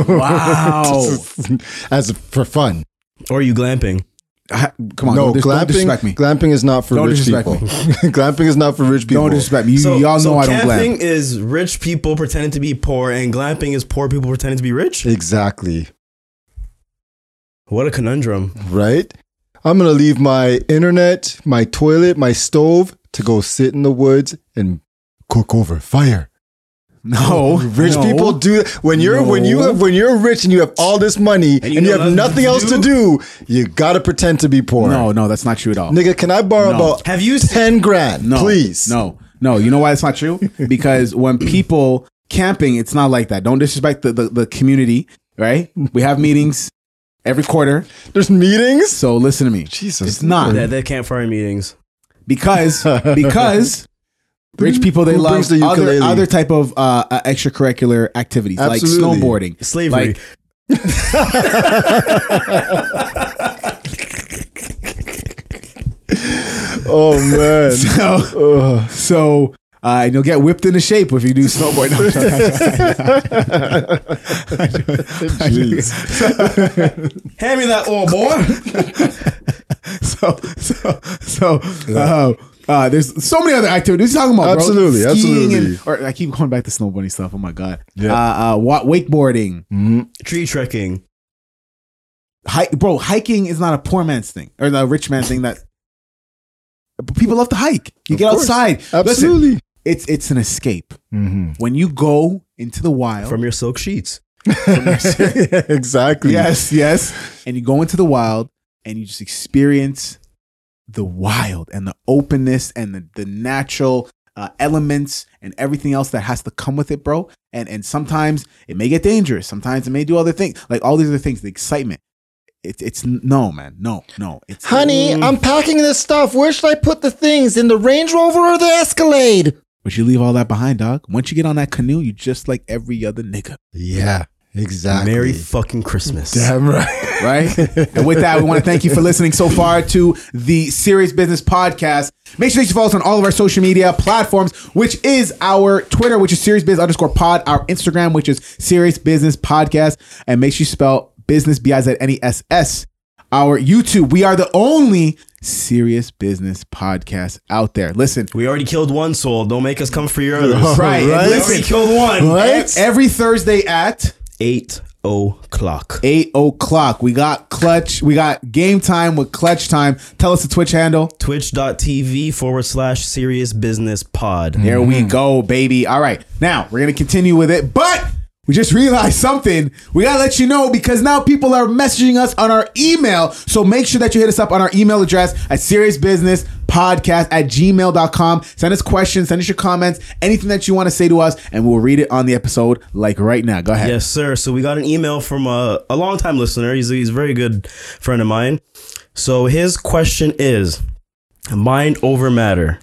D: Wow.
F: as for fun.
E: Or you glamping.
D: I- come on,
F: no,
D: don't, dis- don't disrespect me.
F: glamping. Glamping is not for
D: Don't
F: rich
D: disrespect
F: people. glamping is not for rich people.
D: Don't disrespect me. You, y'all know I don't
E: camping
D: glamp.
E: is rich people pretending to be poor, and glamping is poor people pretending to be rich.
F: Exactly.
E: What a conundrum.
F: Right. I'm gonna leave my internet, my toilet, my stove to go sit in the woods and cook over fire.
D: No,
F: Rich
D: Oh, no.
F: people do when you're when you
D: No.
F: have when you're rich and you have all this money and
E: you
F: you,
E: know
F: have nothing else to do, you gotta pretend to be poor.
D: No, no, that's not true at all.
F: Nigga, can I borrow
D: No.
F: about
E: Have you seen?
F: ten grand,
D: no,
F: please?
D: No, no. You know why it's not true? Because when people camping, it's not like that. Don't disrespect the, the, the community, right? We have meetings every quarter.
F: There's meetings.
D: So listen to me.
F: Jesus,
D: It's not.
E: They're, they're campfire meetings.
D: because because rich people they
F: Who
D: love
F: brings the
D: other,
F: ukulele?
D: other type of uh, uh, extracurricular activities
F: Absolutely.
D: like snowboarding,
E: Slavery.
D: Like,
F: Oh man.
D: so
F: Ugh.
D: so uh, and you'll get whipped into shape if you do snowboarding. No, I'm joking.
F: Jeez.
E: Hand me that oil, boy.
D: so so so uh, uh, there's so many other activities. What are you talking about bro?
F: Absolutely,
D: Skiing and-
F: absolutely.
D: or I keep going back to snowboarding stuff. Oh my god. Yeah. Uh, uh, wa- wakeboarding,
E: Tree trekking.
D: Hi- bro. Hiking is not a poor man's thing or not a rich man's thing. That people love to hike. You
F: Of
D: get
F: course.
D: outside. Listen,
F: Absolutely.
D: it's it's an escape
F: Mhm.
D: when you go into the wild
E: From your silk sheets.
F: Mm-hmm. exactly.
D: yes yes and you go into the wild and you just experience the wild and the openness and the, the natural uh, elements and everything else that has to come with it bro and and sometimes it may get dangerous sometimes it may do other things like all these other things the excitement it, it's no man no no it's
F: Honey,
D: Mm.
F: I'm packing this stuff. Where should I put the things? In the Range Rover or the Escalade?
D: but you leave all that behind dog once you get on that canoe you just like every other nigga
F: Yeah, exactly.
E: Merry fucking Christmas.
F: Damn right.
D: right? and with that, we want to thank you for listening so far to the Serious Business Podcast. Make sure that you follow us on all of our social media platforms, which is our Twitter, which is Serious Biz underscore pod, our Instagram, which is Serious Business Podcast, and make sure you spell business B I Z N E S S. Our YouTube, we are the only serious business podcasts out there. Listen,
E: We already killed one soul. Don't make us come for your others.
D: Right,
E: We
D: right.
E: already killed one.
D: e- every Thursday at
E: Eight o'clock.
D: eight o'clock, we got clutch. We got game time with clutch time. Tell us the Twitch handle.
E: Twitch.tv forward slash serious business pod.
D: There we
F: Mm-hmm.
D: go, baby. All right. Now we're going to continue with it, but we just realized something. We got to let you know because now people are messaging us on our email. So make sure that you hit us up on our email address at seriousbusinesspodcast at gmail.com. Send us questions, send us your comments, anything that you want to say to us, and we'll read it on the episode like right now. Go ahead.
E: Yes, sir. So we got an email from a, a longtime listener. He's, he's a very good friend of mine. So his question is mind over matter.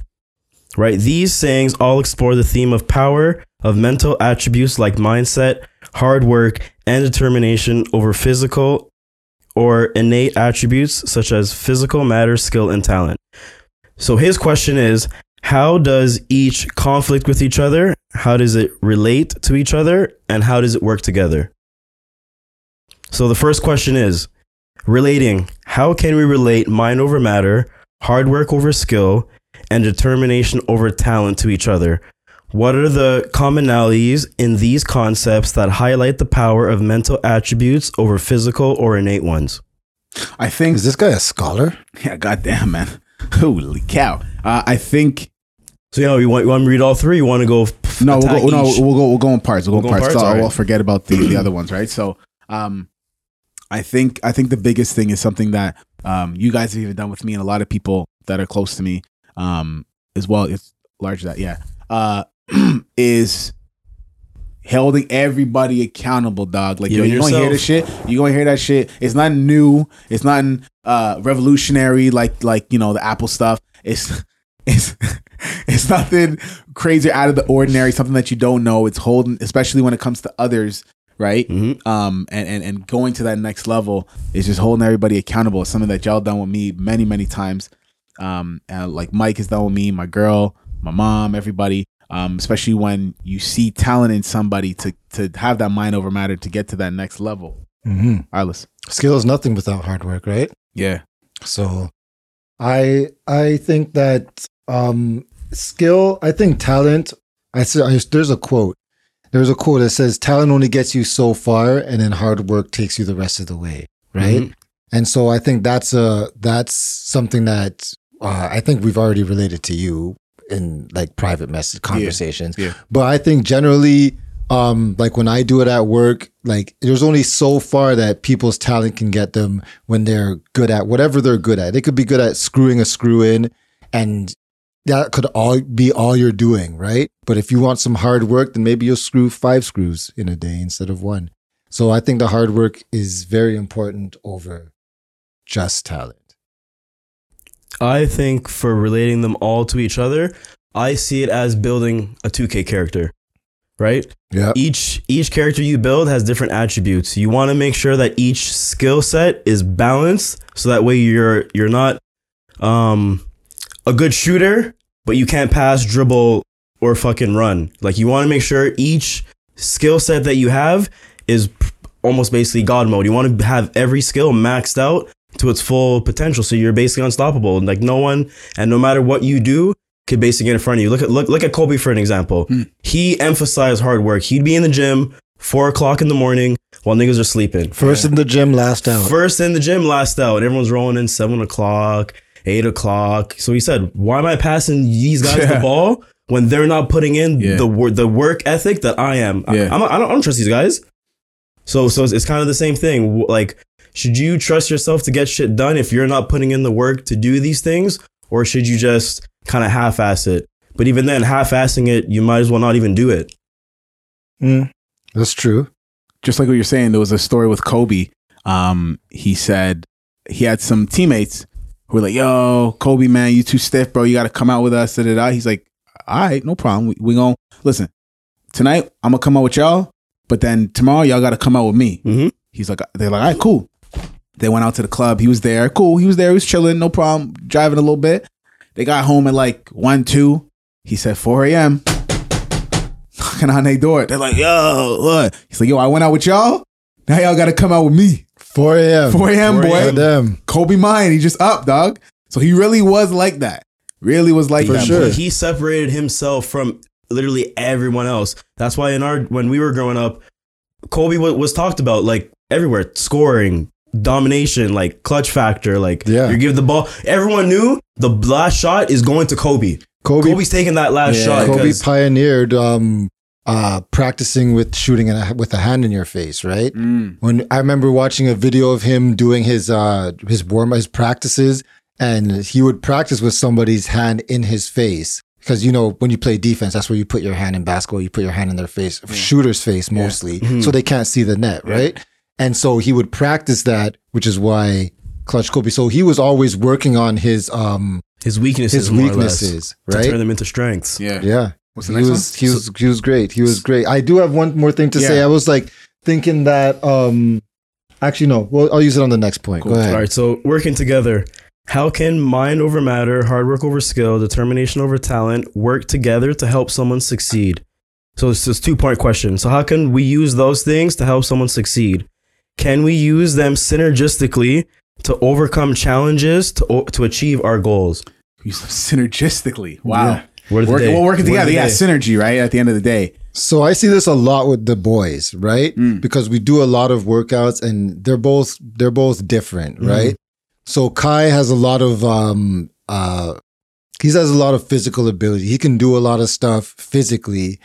E: Right? These sayings all explore the theme of power, of mental attributes like mindset, hard work, and determination over physical or innate attributes such as physical matter, skill, and talent. So his question is how does each conflict with each other? How does it relate to each other? And how does it work together? So the first question is relating. How can we relate mind over matter, hard work over skill, and determination over talent to each other? What are the commonalities in these concepts that highlight the power of mental attributes over physical or innate ones?
D: I think
F: Is this guy a scholar?
D: Yeah, goddamn, man. Holy cow. Uh, I think.
E: So, you know, you want, you want me to read all three? You want to go? f-
D: No, we'll
E: attack
D: go, no,
E: each?
D: we'll go. We'll go in parts. We'll go
E: We'll
D: in
E: go in
D: parts.
E: parts?
D: So I
E: Alright.
D: will forget about the, the other ones, right? So, um, I think I think the biggest thing is something that um you guys have even done with me, and a lot of people that are close to me, um, as well. It's large that yeah, uh, is holding everybody accountable, dog. Like
E: You
D: yo,
E: and
D: you're gonna hear
E: yourself.
D: this shit. You're gonna hear that shit. It's not new. It's not uh revolutionary like like you know the Apple stuff. It's it's it's nothing crazy or out of the ordinary. Something that you don't know. It's holding, especially when it comes to others, right?
E: Mm. Mm-hmm.
D: Um, and, and and going to that next level is just holding everybody accountable. It's something that y'all done with me many many times. Um, and like Mike has done with me, my girl, my mom, everybody. Um, especially when you see talent in somebody to to have that mind over matter to get to that next level.
F: Mm-hmm.
D: Arliss.
F: Skill is nothing without hard work, right?
D: Yeah.
F: So I I think that um skill, I think talent, I s- I s- there's a quote. There's a quote that says talent only gets you so far and then hard work takes you the rest of the way, right? And so I think that's a that's something that uh, I think we've already related to you in like private message conversations.
D: yeah.
F: But I think generally um like when I do it at work, like there's only so far that people's talent can get them when they're good at whatever they're good at. They could be good at screwing a screw in and that could all be all you're doing, right? But if you want some hard work, then maybe you'll screw five screws in a day instead of one. So I think the hard work is very important over just talent.
E: I think for relating them all to each other, I see it as building a 2K character, right?
F: Yeah.
E: Each each character you build has different attributes. You want to make sure that each skill set is balanced, so that way you're you're not um, a good shooter, but you can't pass, dribble, or fucking run. Like you want to make sure each skill set that you have is p- almost basically god mode. You want to have every skill maxed out to its full potential, so you're basically unstoppable. And like no one, and no matter what you do, could basically get in front of you. Look at look look at Kobe for an example. He emphasized hard work. He'd be in the gym four o'clock in the morning while niggas are sleeping.
F: First in the gym, last out.
E: First in the gym, last out. Everyone's rolling in seven o'clock, eight o'clock. So he said, "Why am I passing these guys the ball when they're not putting in
D: Yeah.
E: the wor- the work ethic that I am? I-
D: Yeah.
E: I'm not- I, don't, I don't trust these guys." So so it's, it's kind of the same thing. W- Like, should you trust yourself to get shit done if you're not putting in the work to do these things, or should you just kind of half-ass it? But even then, half-assing it, you might as well not even do it.
F: That's true.
D: just like what you're saying, there was a story with Kobe. Um, he said he had some teammates who were like, "Yo, Kobe, man, you too stiff, bro. You got to come out with us." Da, da, da. He's like, "All right, no problem. We, we gonna listen tonight. I'm gonna come out with y'all, but then tomorrow y'all got to come out with me."
E: Mhm.
D: He's like, "They're like, all right, cool." They went out to the club. He was there. Cool. He was there. He was chilling. No problem. Driving a little bit. They got home at like one, two. He said 4 a.m knocking on their door. They're like, yo, what? He's like, yo, I went out with y'all. Now y'all got to come out with me.
F: 4 a.m.
D: 4 a.m., boy.
F: Them.
D: Kobe mine. He just up, dog. So he really was like that. Really was like
F: For
D: that.
F: sure.
E: He- He separated himself from literally everyone else. That's why in our when we were growing up, Kobe was, was talked about like everywhere, scoring, domination, like clutch factor, like
F: Yeah.
E: you give the ball. Everyone knew the last shot is going to Kobe.
F: Kobe,
E: Kobe's taking that last
D: Yeah.
E: shot.
F: Kobe
E: 'cause-
F: pioneered um, uh, practicing with shooting in a, with a hand in your face, right?
D: Mm.
F: When I remember watching a video of him doing his uh, his warm his practices, and he would practice with somebody's hand in his face because you know when you play defense, that's where you put your hand in basketball. You put your hand in their face, shooter's face mostly,
E: Mhm.
F: so they can't see the net, right? And so he would practice that, which is why clutch Kobe. So he was always working on his um
E: his weaknesses,
F: his
E: more or less,
F: weaknesses,
E: to turn
F: right?
E: them into strengths.
D: Yeah.
F: Yeah
D: What's the
F: he
D: next
F: was
D: one?
F: he was he was great. He was great. I do have one more thing to say.
D: Yeah.
F: I was like thinking that um actually no. Well, I'll use it on the next point. Go ahead.
E: All right, so working together. How can mind over matter, hard work over skill, determination over talent work together to help someone succeed? So it's this two part question. So, how can we use those things to help someone succeed? Can we use them synergistically to overcome challenges to, o- to achieve our goals?
D: You said synergistically. Wow.
E: Yeah. Word of the
D: Work,
E: day.
D: well, working
E: Word of
D: together.
E: the
D: Yeah,
E: day.
D: synergy, right? At the end of the day.
F: So I see this a lot with the boys, right?
D: Mm.
F: Because we do a lot of workouts and they're both they're both different, right? So Kai has a lot of um uh he has a lot of physical ability. He can do a lot of stuff physically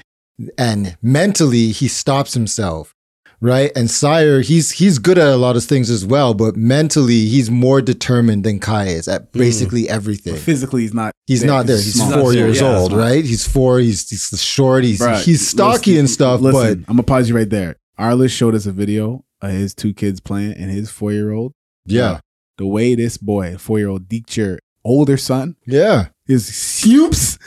F: and mentally he stops himself. Right. And Sire, he's he's good at a lot of things as well, but mentally he's more determined than Kai is at basically everything.
D: Physically, he's not.
F: He's not there. He's
D: small.
F: four
E: He's not
F: years
E: there. Yeah,
F: old,
E: small.
F: right? He's four. He's he's short. He's
D: Bruh,
F: he's stocky
D: listen-
F: and stuff,
D: Listen, I'm gonna pause you right there. Arliss showed us a video of his two kids playing and his four year old.
F: but yeah,
D: The way this boy, four year old Deekcher, older son,
F: yeah.
D: his soups,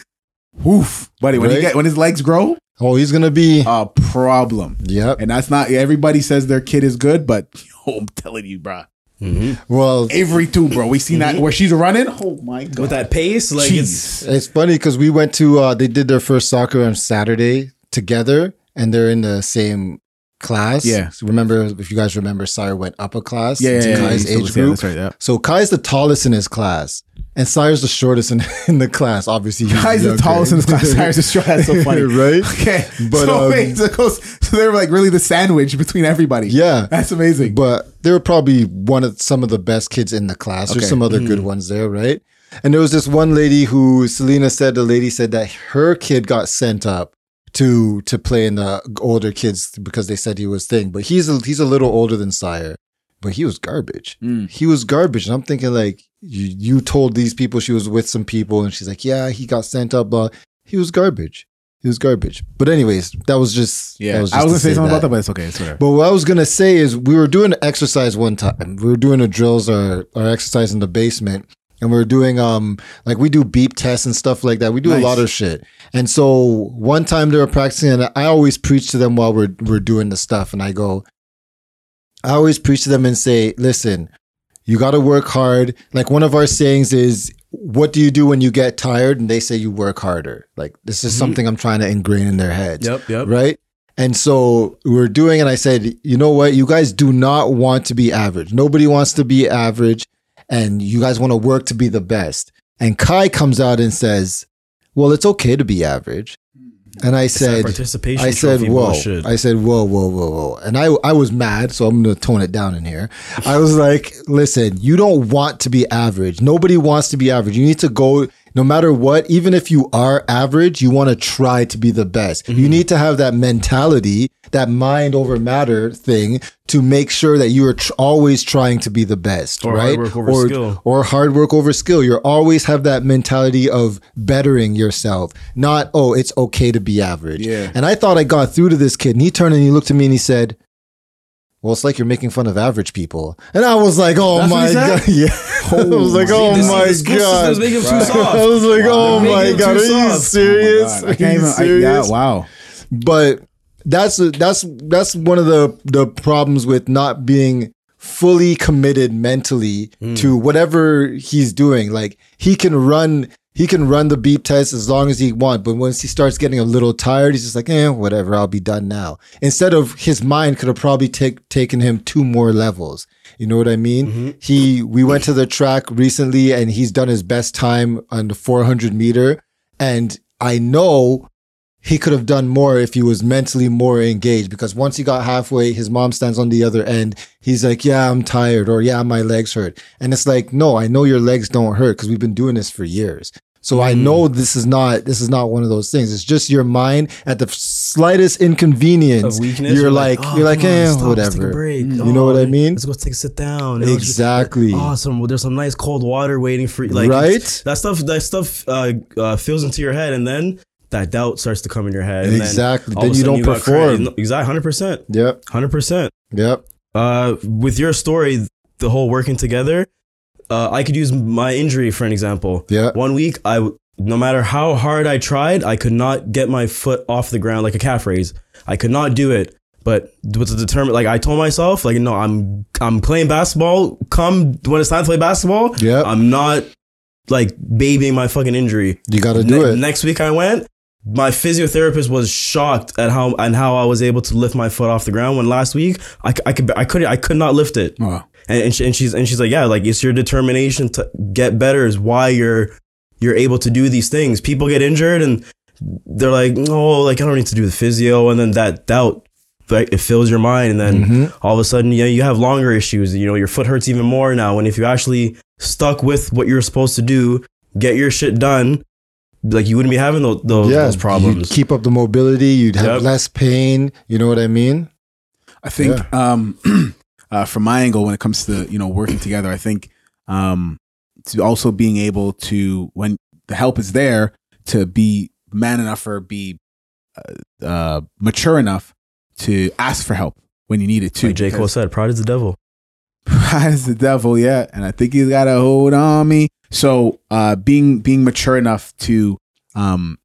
D: woof, buddy. When he
F: Right?
D: get when his legs grow,
F: Oh, he's gonna be.
D: a problem.
F: Yep.
D: Uh, And that's not everybody says their kid is good, but yo, I'm telling you, bruh.
F: Mm-hmm. Well,
D: Avery too, bro. We seen
F: Mhm.
D: that where she's running. Oh my god,
E: With that pace, like it's,
D: jeez.
F: it's funny because we went to uh, they did their first soccer on Saturday together, and they're in the same class.
D: Yeah.
F: So remember, if you guys remember, Sire went up a class.
D: Yeah, yeah,
F: to
D: yeah, yeah,
F: Kai's
D: he's still-
F: age
D: yeah,
F: group.
D: that's right. Yeah.
F: So Kai's the tallest in his class, and Sire's the shortest in, in the class. Obviously, he's
D: Kai's the
F: younger.
D: tallest in the class. Sire's the short. That's so funny,
F: Right?
D: Okay,
F: But,
D: so
F: um,
D: wait, so, it goes, so they were like really the sandwich between everybody.
F: Yeah.
D: that's amazing.
F: But they were probably one of some of the best kids in the class. There's
D: Okay. Mm-hmm.
F: some other good ones there, right? And there was this one lady who Selena said the lady said that her kid got sent up to to play in the older kids because they said he was thing. But he's a, he's a little older than Sire, but he was garbage.
D: Mm.
F: He was garbage, and I'm thinking like you you told these people she was with some people, and she's like, yeah, he got sent up. Blah. He was garbage. He was garbage. But anyways, that was just
D: yeah,
F: That
D: I was
F: just
D: gonna say something
F: that.
D: about that, but it's okay. It's whatever.
F: But what I was gonna say is we were doing an exercise one time. We were doing a drills or or exercise in the basement, and we were doing um like we do beep tests and stuff like that. We do
D: Nice.
F: a lot of shit. And so one time they were practicing, and I always preach to them while we're we're doing the stuff, and I go, I always preach to them and say, listen, you got to work hard. Like one of our sayings is, what do you do when you get tired? And they say you work harder. Like this is something I'm trying to ingrain in their heads.
E: Mm-hmm. Yep, yep.
F: Right. And so we were doing, and I said, you know what? You guys do not want to be average. Nobody wants to be average. And you guys want to work to be the best. And Kai comes out and says, well, it's okay to be average. And I
E: that
F: said,
E: participation.
F: I said,
E: trophy
F: whoa.
E: bullshit.
F: I said, whoa, whoa, whoa, whoa. And I, I was mad, so I'm going to tone it down in here. I was like, listen, you don't want to be average. Nobody wants to be average. You need to go, no matter what, even if you are average, you want to try to be the best.
E: Mm-hmm.
F: You need to have that mentality, that mind over matter thing to make sure that you are tr- always trying to be the best,
E: Or hard
F: right?
E: work over
F: or,
E: skill.
F: or hard work over skill. You always have that mentality of bettering yourself, not, oh, it's okay to be average.
D: Yeah.
F: And I thought I got through to this kid, and he turned and he looked at me and he said, well, it's like you're making fun of average people. And I was like, oh
D: That's what
F: my
D: he
F: God.
D: said?
F: Yeah. I was like,
D: my
F: oh
E: This-
F: my
E: this school
F: God.
E: system's making him too
D: Right.
E: soft.
F: I was like,
D: Wow.
F: oh my
E: Making
F: God,
E: too
F: are you
E: soft.
D: Oh my God,
F: serious?
D: I
F: Are
D: can't
F: you
D: even. I, yeah,
F: serious?
D: wow.
F: But that's that's that's one of the the problems with not being fully committed mentally to whatever he's doing. Like he can run, he can run the beep test as long as he wants. But once he starts getting a little tired, he's just like, eh, whatever, I'll be done now. Instead of his mind could have probably take, taken him two more levels. You know what I mean? He, we went to the track recently and he's done his best time on the 400 meter. And I know he could have done more if he was mentally more engaged because once he got halfway, his mom stands on the other end. He's like, Yeah, I'm tired, or Yeah, my legs hurt. And it's like, No, I know your legs don't hurt because we've been doing this for years. So I
E: Mm.
F: know this is not this is not one of those things. It's just your mind at the slightest inconvenience.
E: Of weakness,
F: you're like
E: "Oh,
F: you're like
E: come on,
F: eh,
E: stop, let's take a
F: whatever. Mm.
E: break.
F: You know
E: Oh,
F: what I mean?
E: Let's go take sit down. And it was just
F: Exactly.
E: awesome. Well, there's some nice cold water waiting for you. Like
F: Right?
E: it's- that stuff. That stuff uh, uh, fills into your head, and then that doubt starts to come in your head. and
F: Exactly.
E: all of
F: Then
E: a
F: you
E: sudden
F: don't
E: got
F: perform.
E: cra- Exactly. Hundred percent.
F: Yep,
E: Hundred percent.
F: yep.
E: Uh, with your story, the whole working together, uh, I could use my injury for an example.
F: Yeah.
E: One week, I w- no matter how hard I tried, I could not get my foot off the ground like a calf raise. I could not do it. But with the determined, like I told myself, like no, I'm I'm playing basketball. Come when it's time to play basketball,
F: Yep.
E: I'm not like babying my fucking injury.
F: You got to
E: Ne-
F: do it.
E: Next week I went. My physiotherapist was shocked at how and how I was able to lift my foot off the ground when last week I, c- I could I couldn't I could not lift it.
D: Wow.
E: And, and, she, and she's and she's like, yeah, like it's your determination to get better is why you're you're able to do these things. People get injured and they're like, no, like I don't need to do the physio, and then that doubt, like it fills your mind, and then
F: Mm-hmm.
E: all of a sudden, you know, you have longer issues. You know, your foot hurts even more now. And if you actually stuck with what you're supposed to do, get your shit done, like you wouldn't be having those those,
F: yeah,
E: those problems.
F: You'd keep up the mobility. You'd
E: Yep.
F: have less pain. You know what I mean?
D: I think um, uh, from my angle, when it comes to you know working together, I think um, to also being able to when the help is there to be man enough or be uh, uh, mature enough to ask for help when you need it too.
E: like J Cole
D: Because
E: said, "Pride is the devil."
D: pride is the devil, yeah, and I think he's got a hold on me. So uh, being being mature enough to um,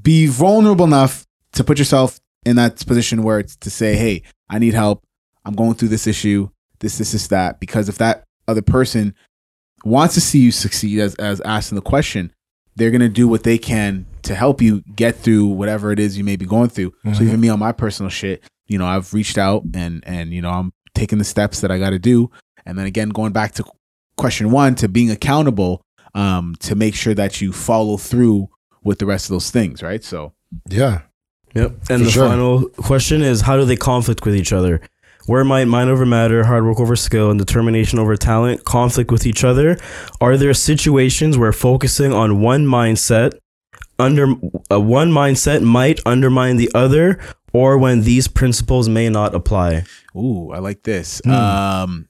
D: be vulnerable enough to put yourself in that position where it's to say, "Hey, I need help. I'm going through this issue. This, this, this, that." Because if that other person wants to see you succeed, as as asking the question, they're gonna do what they can to help you get through whatever it is you may be going through. So even me on my personal shit, you know, I've reached out and and you know I'm taking the steps that I got to do, and then again going back to question one to being accountable um, to make sure that you follow through with the rest of those things, right? So
F: Yeah.
E: Yep. And
F: For
E: the
F: sure.
E: final question is how do they conflict with each other? Where might mind over matter, hard work over skill, and determination over talent conflict with each other? Are there situations where focusing on one mindset under uh, one mindset might undermine the other, or when these principles may not apply?
D: Ooh, I like this. Um,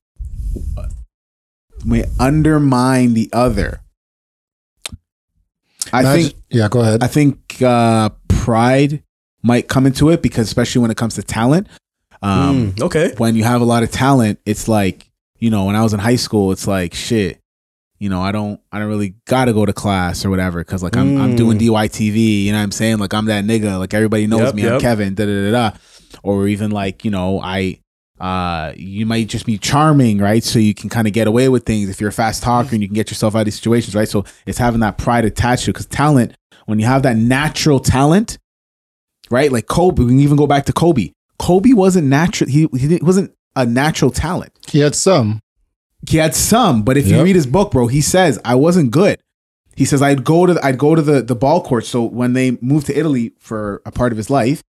D: we undermine the other. I
F: Now,
D: think
F: ju- yeah, go ahead.
D: I think uh, pride might come into it because especially when it comes to talent. Um,
E: Mm, okay.
D: when you have a lot of talent, it's like, you know, when I was in high school, it's like, shit, you know, I don't, I don't really gotta go to class or whatever. Cause like I'm, I'm doing DYTV, you know what I'm saying? Like I'm that nigga. Like everybody knows
E: Yep,
D: me. I'm
E: yep.
D: Kevin, da da da da. Or even like, you know, I, uh, you might just be charming, right? So you can kind of get away with things if you're a fast talker and you can get yourself out of these situations, right? So it's having that pride attached to it. Cause talent, when you have that natural talent, right? Like Kobe, we can even go back to Kobe. Kobe wasn't natural. He, he didn't- wasn't a natural talent.
F: he had some.
D: He had some, but if you
F: Yep.
D: read his book, bro, he says I wasn't good. He says I'd go to I'd go to the the ball court. So when they moved to Italy for a part of his life,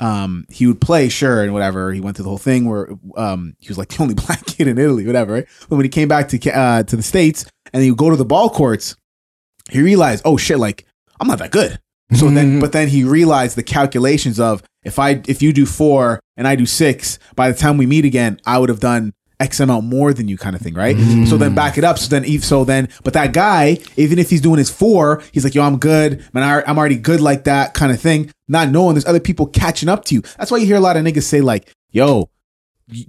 D: um, he would play sure and whatever. He went through the whole thing where um he was like the only black kid in Italy, whatever. Right? But when he came back to Ca- uh, to the states and he would go to the ball courts, he realized oh shit, like I'm not that good. So
F: Mm-hmm.
D: then, but then he realized the calculations of if I if you do four and I do six, by the time we meet again, I would have done X amount more than you, kind of thing, right? So
F: Mm.
D: then back it up. So then, if so then, but that guy, even if he's doing his four, he's like, yo, I'm good, man. I, I'm already good like that, kind of thing. Not knowing there's other people catching up to you. That's why you hear a lot of niggas say like, yo,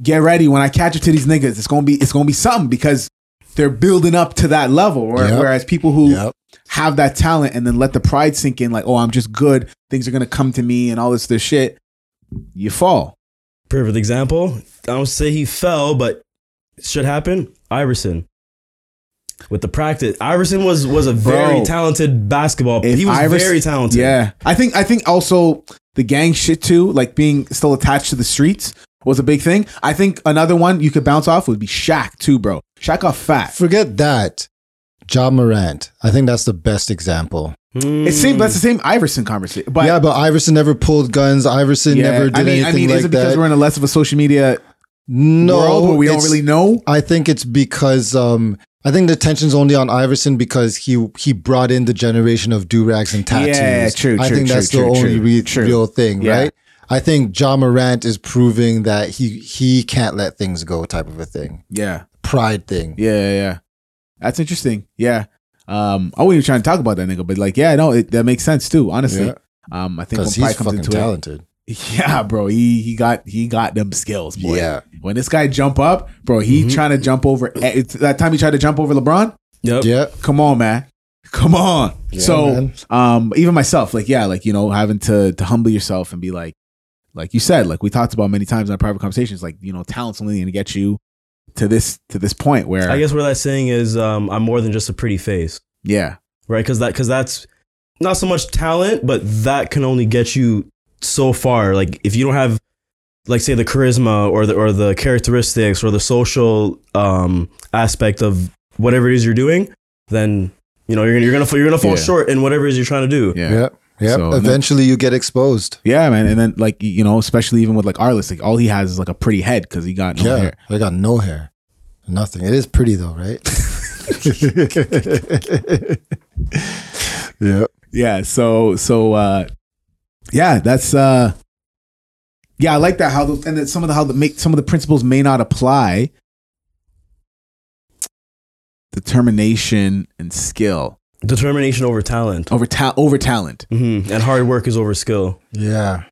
D: get ready when I catch it to these niggas. It's gonna be it's gonna be something because they're building up to that level. Where-
F: Yep.
D: Whereas people who
F: Yep.
D: have that talent and then let the pride sink in, like, oh, I'm just good. Things are gonna come to me and all this this shit. You fall.
E: Perfect example. I don't say he fell, but it should happen. Iverson. With the practice, Iverson was was a very
D: Bro.
E: talented basketball. player.
D: If
E: He was
D: Iverson-
E: very talented.
D: Yeah, I think I think also the gang shit too, like being still attached to the streets was a big thing. I think another one you could bounce off would be Shaq too, bro. Shaq got fat.
F: Forget that. Ja Morant. I think that's the best example.
E: Mm.
D: It's same. That's the same Iverson conversation. But
F: yeah, but Iverson never pulled guns. Iverson
D: Yeah,
F: never did
D: I mean,
F: anything
D: I mean,
F: like
D: is it because
F: that.
D: we're in a less of a social media
F: no,
D: world where we don't
F: it's-
D: really know?
F: I think it's because um, I think the tension's only on Iverson because he he brought in the generation of do rags and tattoos.
D: Yeah, true,
F: I
D: true,
F: think
D: true,
F: that's the
D: true,
F: only
D: true,
F: re-
D: true.
F: real thing,
D: Yeah.
F: right? I think John Morant is proving that he he can't let things go, type of a thing,
D: Yeah,
F: pride thing.
D: yeah, yeah. yeah. That's interesting. Yeah. Um, I wasn't even trying to talk about that nigga, but like, yeah, no, it, that makes sense too. Honestly,
F: Yeah.
D: um, I think when
F: Because
D: Pi
F: he's
D: comes
F: fucking
D: into it,
F: talented.
D: Yeah, bro. He he got he got them skills, boy.
F: Yeah. Mm-hmm.
D: When this guy jump up, bro, he trying to jump over. e, It's that time he tried to jump over LeBron.
E: Yep.
F: Yeah.
D: Come on, man. Come on.
F: Yeah,
D: so,
F: man.
D: um, even myself, like, yeah, like you know, having to to humble yourself and be like, like you said, like we talked about many times in our private conversations, like you know, talent's only going to get you to this to this point where,
E: I guess where that saying is, um, I'm more than just a pretty face,
D: yeah,
E: right? Because that because that's not so much talent, but that can only get you so far. Like if you don't have, like say the charisma or the or the characteristics or the social um, aspect of whatever it is you're doing, then you know you're gonna you're gonna fa- you're gonna fall
D: Yeah.
E: short in whatever it is you're trying to do.
D: yeah,
F: Yeah. Yeah.
D: So-
F: Eventually, you get exposed.
D: Yeah, man. And then like y- you know, especially even with like Arliss, like all he has is like a pretty head because he got no
F: yeah.
D: hair.
F: I got no hair. Nothing. It is pretty though, right? yeah.
D: yeah so so uh yeah that's uh yeah i like that how those and that some of the how the make some of the principles may not apply determination and skill
E: Determination over talent
D: over ta- over talent
E: hmm and hard work is over skill.
F: Yeah.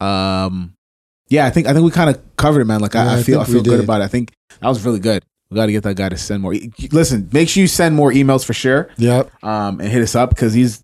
D: um yeah i think i think we kind of covered it man like
F: Yeah,
D: I, I
F: I
D: feel i
F: think we
D: feel good
F: did.
D: about it i think that was really good we got to get that guy to send more e- listen make sure you send more emails for sure
F: Yep.
D: um, and hit us up because he's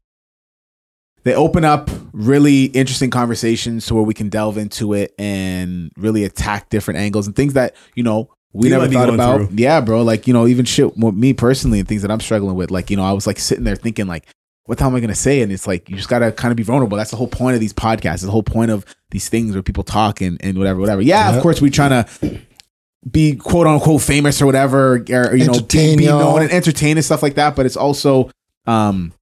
D: they open up really interesting conversations to where we can delve into it and really attack different angles and things that you know we
E: You
D: never
E: might be
D: thought
E: going
D: about.
E: through.
D: Yeah, bro. Like you know, even shit with me personally and things that I'm struggling with. Like you know, I was like sitting there thinking like. What the hell am I gonna say? And it's like you just gotta kind of be vulnerable. That's the whole point of these podcasts. It's The whole point of these things where people talk and, and whatever, whatever. Yeah,
F: Yeah.
D: of course we're trying to be quote unquote famous or whatever, or you know, be,
F: Entertain
D: be
F: y'all.
D: known and entertain and stuff like that. But it's also um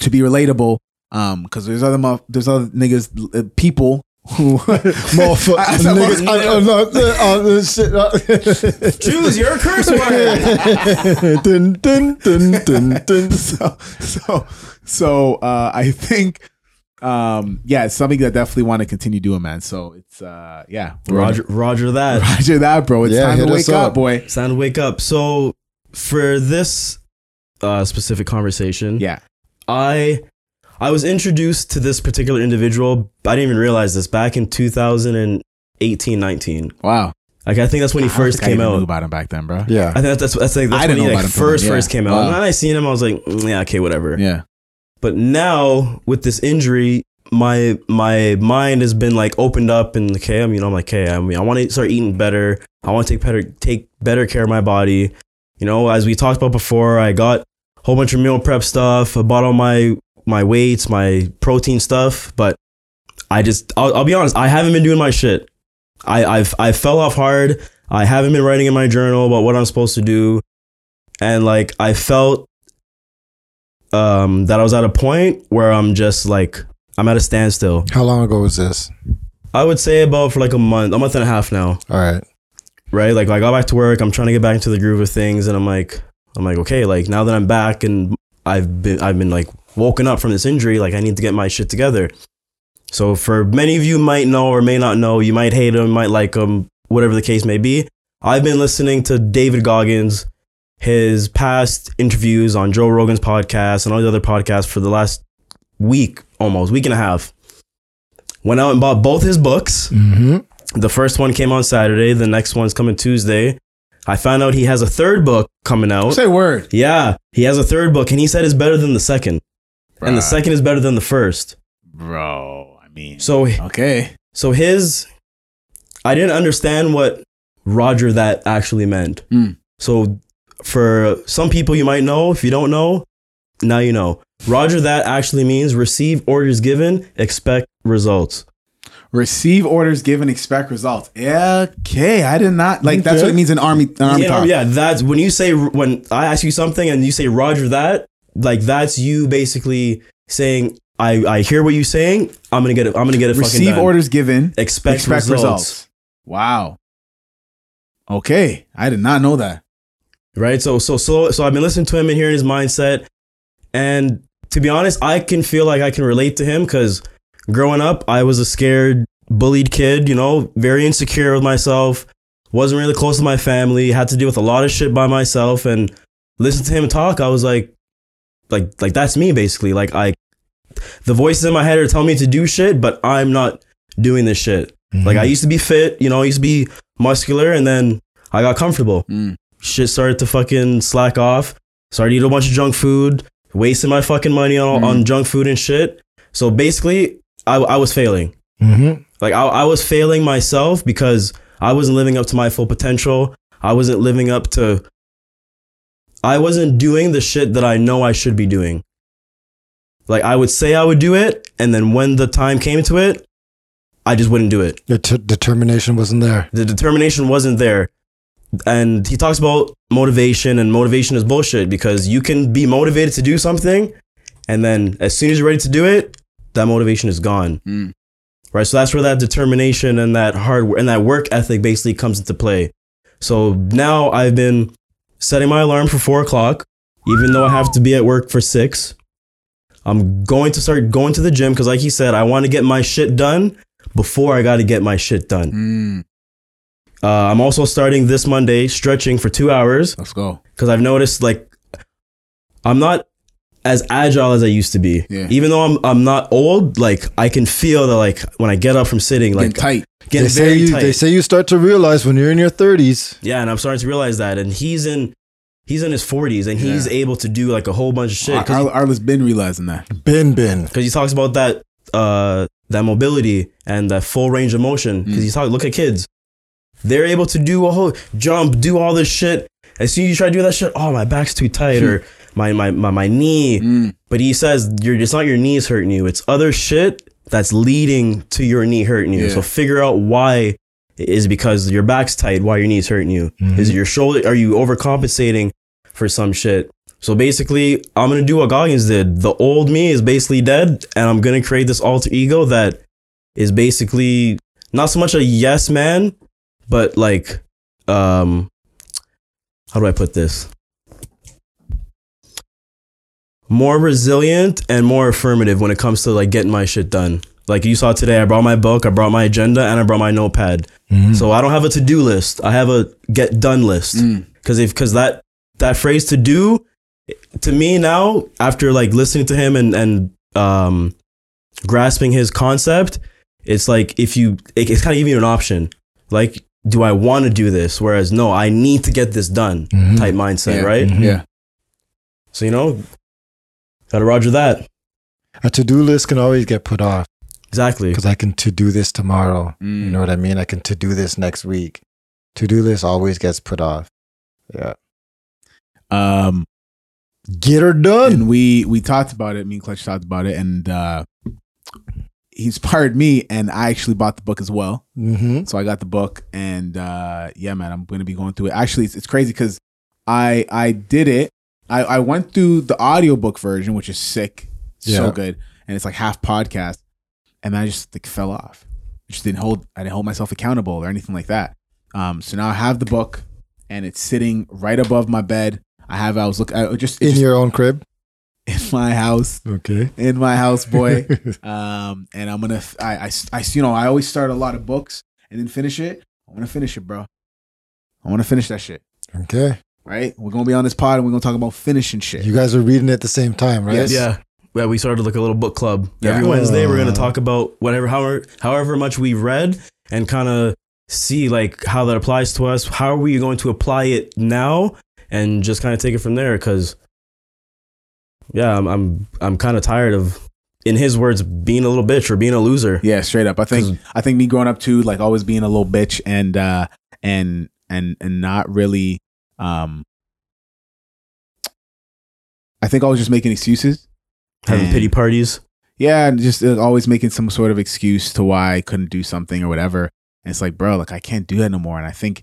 D: to be relatable um because there's other mo- there's other niggas uh, people who
F: Motherfucker.
D: I- I said
F: niggas, I,
D: motherfucker.
F: I'm not- uh, uh, shit, uh,
E: Choose your curse word.
F: dun, dun, dun, dun, dun.
D: so so so uh i think um yeah it's something that I definitely want to continue doing man so it's uh yeah we're on
E: Roger, Roger
D: it.
E: that.
D: roger that bro it's
F: Yeah,
D: time to
F: hit us
D: wake up.
F: up. Mm-hmm.
D: boy
E: It's time to wake up. So for this uh, specific conversation,
D: yeah
E: I I was introduced to this particular individual. I didn't even realize this back in 2018, 19.
D: wow
E: Like I think that's when he
D: I don't
E: first
D: think I
E: came
D: even knew
E: out.
D: about him back then bro
E: I
F: Yeah.
E: think that's that's, that's like that's
D: I
E: when
D: didn't
E: he
D: know
E: like
D: about him till
E: first
D: then, yeah.
E: first came out.
D: Wow.
E: And then I seen him, I was like, "Mm, yeah, okay, whatever.
D: yeah
E: But now with this injury, my my mind has been like opened up and okay, I mean I'm like, okay, I mean I want to start eating better. I want to take better take better care of my body. You know, as we talked about before, I got a whole bunch of meal prep stuff. I bought all my my weights, my protein stuff, but I just I'll, I'll be honest, I haven't been doing my shit. I I've I fell off hard. I haven't been writing in my journal about what I'm supposed to do, and like I felt um that I was at a point where I'm just like I'm at a standstill.
F: How long ago was this?
E: I would say about for like a month, a month and a half now,
F: All right.
E: right? Like I got back to work, I'm trying to get back into the groove of things and I'm like I'm like okay, like now that I'm back and I've been I've been like woken up from this injury, like I need to get my shit together. So for many of you might know or may not know, you might hate him, might like him, whatever the case may be. I've been listening to David Goggins, his past interviews on Joe Rogan's podcast and all the other podcasts for the last week, almost week and a half. Went out and bought both his books.
F: Mm-hmm.
E: The first one came on Saturday. The next one's coming Tuesday. I found out he has a third book coming out.
D: say word
E: Yeah, he has a third book, and he said it's better than the second, and the
D: Bruh.
E: second is better than the first.
D: bro i mean
E: So
D: okay
E: so his I didn't understand what Roger that actually meant.
D: Mm.
E: So for some people you might know, if you don't know, now you know. Roger that actually means receive orders given, expect results.
D: Receive orders, give and expect results. Okay, I did not like. That's
E: Okay.
D: what it means in army. In army
E: Yeah,
D: talk.
E: yeah, that's when you say when I ask you something and you say Roger that, like that's you basically saying I I hear what you're saying. I'm gonna get it. I'm gonna get it.
D: Receive
E: fucking done.
D: orders given.
E: Expect, results.
D: Wow. Okay, I did not know that.
E: Right. So so so so I've been listening to him and hearing his mindset, and to be honest, I can feel like I can relate to him because growing up, I was a scared, bullied kid. You know, very insecure with myself. Wasn't really close to my family. Had to deal with a lot of shit by myself. And listen to him talk, I was like, like like that's me basically. Like I, the voices in my head are telling me to do shit, but I'm not doing this shit. Like I used to be fit, you know, I used to be muscular, and then I got comfortable.
D: Mm.
E: Shit started to fucking slack off. Started eating a bunch of junk food, wasting my fucking money on on junk food and shit. So basically, I I was failing.
F: Mm-hmm.
E: Like I, I was failing myself because I wasn't living up to my full potential. I wasn't living up to. I wasn't doing the shit that I know I should be doing. Like I would say I would do it, and then when the time came to it, I just wouldn't do it
F: Your t- determination wasn't there.
E: the determination wasn't there. And he talks about motivation, and motivation is bullshit because you can be motivated to do something, and then as soon as you're ready to do it, that motivation is gone.
D: Mm.
E: Right. So that's where that determination and that hard work and that work ethic basically comes into play. So now I've been setting my alarm for four o'clock, even though I have to be at work for six. I'm going to start going to the gym because, like he said, I want to get my shit done before I got to get my shit done.
D: Mm,
E: Uh, I'm also starting this Monday stretching for two hours
D: let's go.
E: because I've noticed like I'm not as agile as I used to be.
D: Yeah.
E: Even though I'm I'm not old, like I can feel that like when I get up from sitting,
D: Getting
E: like
D: tight.
E: getting
F: they say
E: very
F: you,
E: tight.
F: they say you start to realize when you're in your 30s.
E: yeah, and I'm starting to realize that. And he's in he's in his 40s and he's able to do like a whole bunch of shit
D: Ar-
E: because
D: Ar- Arla's been realizing that.
F: Bin bin.
E: because Mm. he talks about that uh that mobility and that full range of motion because he's talking look at kids they're able to do a whole jump do all this shit as soon as you try to do that shit oh my back's too tight or my my my, my knee but he says you're it's not your knees hurting you it's other shit that's leading to your knee hurting you
D: Yeah.
E: so figure out why it is because your back's tight why your knees hurting you is it your shoulder are you overcompensating for some shit so basically, I'm gonna do what Goggins did. The old me is basically dead, and I'm gonna create this alter ego that is basically not so much a yes man, but like, um, how do I put this? More resilient and more affirmative when it comes to like getting my shit done. Like you saw today, I brought my book, I brought my agenda, and I brought my notepad.
F: Mm-hmm. Mm.
E: So I don't have a to do list. I have a get done list. Because if because that that phrase to do to me now after like listening to him and and um grasping his concept it's like if you it, it's kind of giving you an option like do i want to do this whereas no i need to get this done
F: Mm-hmm.
E: type mindset
D: Yeah. Mm-hmm.
E: right
D: Yeah.
E: so you know gotta roger that
F: A to do list can always get put off
E: exactly
F: because I can to do this tomorrow.
D: Mm.
F: You know what I mean? I can to do this next week. To do list always gets put off. Yeah.
D: Um,
F: Get her done.
D: and we we talked about it. Me and Clutch talked about it, and uh, he inspired me. And I actually bought the book as well.
F: Mm-hmm.
D: So I got the book, and uh, yeah, man, I'm gonna be going through it. Actually, it's, it's crazy because I I did it. I, I went through the audiobook version, which is sick, so
F: Yeah.
D: good, and it's like half podcast, and I just like fell off. Just didn't hold. I didn't hold myself accountable or anything like that. Um, so now I have the book, and it's sitting right above my bed. I have. I was looking. I just
F: In
D: it's
F: your own crib.
D: just in my house
F: Okay.
D: in my house, boy. um, and I'm gonna, I, I, I, you know, I always start a lot of books and then finish it. I want to finish it, bro. I want to finish that shit.
F: Okay.
D: Right? We're gonna be on this pod and we're gonna talk about finishing shit.
F: You guys are reading at the same time, right?
D: Yes.
E: yeah yeah we started like a little book club
D: Yeah.
E: every wednesday we're gonna talk about whatever however however much we read and kind of see like how that applies to us how are we going to apply it now and just kind of take it from there because yeah i'm i'm, I'm kind of tired of in his words, being a little bitch or being a loser.
D: Yeah, straight up. I think I think me growing up too, like always being a little bitch and uh and and and not really um I think I was just making excuses.
E: Having
D: And-
E: pity parties.
D: Yeah, and just uh, always making some sort of excuse to why I couldn't do something or whatever. And it's like, bro, like I can't do that no more. And I think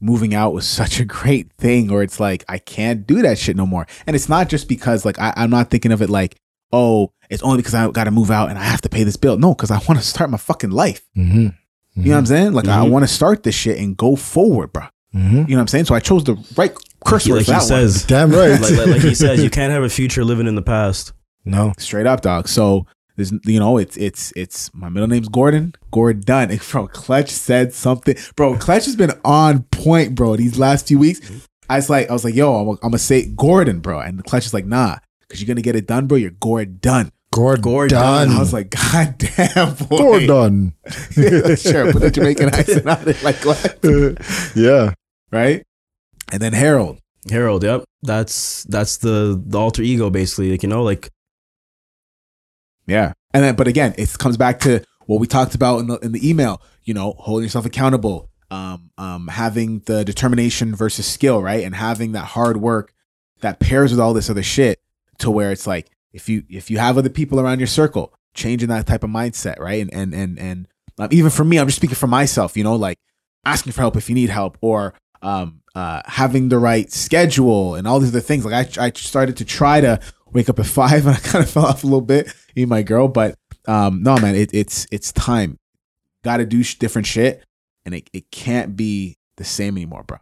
D: moving out was such a great thing, or it's like I can't do that shit no more. And it's not just because like I, I'm not thinking of it like, oh, it's only because I got to move out and I have to pay this bill. No, because I want to start my fucking life.
F: Mm-hmm.
D: You know what I'm saying? Like I
E: Mhm.
D: want to start this shit and go forward, bro.
F: Mhm.
D: You know what I'm saying? So I chose the right curse word
E: Like
D: for that
E: he
D: one.
E: says.
F: Damn right.
E: Like, like, like he says, you can't have a future living in the past.
F: no.
D: Straight up, dog. So there's, you know, it's it's it's my middle name's Gordon. Gordon. And bro, Clutch said something. Bro, Clutch has been on point, bro. These last few weeks, I was like, I was like, yo, I'm, gonna- I'm gonna say Gordon, bro. And the Clutch is like, nah, because you're gonna get it done, bro. You're Gordon.
F: Gordon.
D: And I was
F: Gordon.
D: like, God damn, boy.
F: Gordon.
D: sure, put the Jamaican accent on it, like,
F: yeah.
D: right? And then Harold.
E: Harold, yep. That's that's the, the alter ego basically. Like, you know, like
D: Yeah. And then, but again, it comes back to what we talked about in the, in the email, you know, holding yourself accountable, um, um, having the determination versus skill, right? And having that hard work that pairs with all this other shit to where it's like, if you, if you have other people around your circle, changing that type of mindset, right? And, and, and, and um, even for me, I'm just speaking for myself, you know, like asking for help if you need help or, um, uh, having the right schedule and all these other things. Like I, I started to try to wake up at five and I kind of fell off a little bit, me and my girl. But um, no, man, it, it's it's time. Got to do sh- different shit, and it, it can't be the same anymore, bro.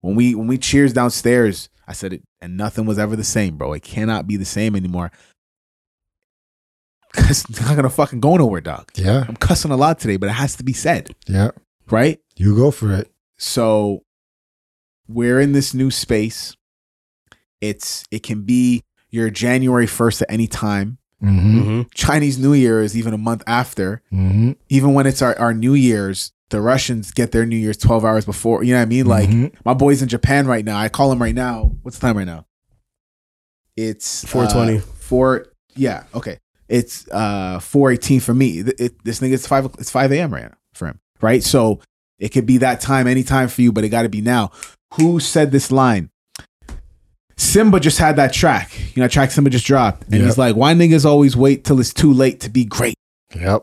D: When we when we cheers downstairs, I said it, and nothing was ever the same, bro. It cannot be the same anymore. Cause it's not gonna fucking go nowhere, dog.
F: Yeah.
D: I'm cussing a lot today, but it has to be said,
F: Yeah.
D: right?
F: You go for it.
D: so we're in this new space it's it can be your january 1st at any time
F: Mm-hmm.
D: chinese new year is even a month after
F: Mm-hmm.
D: even when it's our, our new year's the russians get their new year's 12 hours before you know what i mean like
F: Mhm.
D: my boy's in japan right now i call him right now what's the time right now it's uh,
E: 4:20.
D: four yeah okay it's uh 418 for me Th- it, this thing is 5 o'clock- it's 5 a.m right now for him right so it could be that time anytime for you but it got to be now who said this line simba just had that track you know that track simba just dropped and
F: Yep.
D: he's like why niggas always wait till it's too late to be great
F: Yep.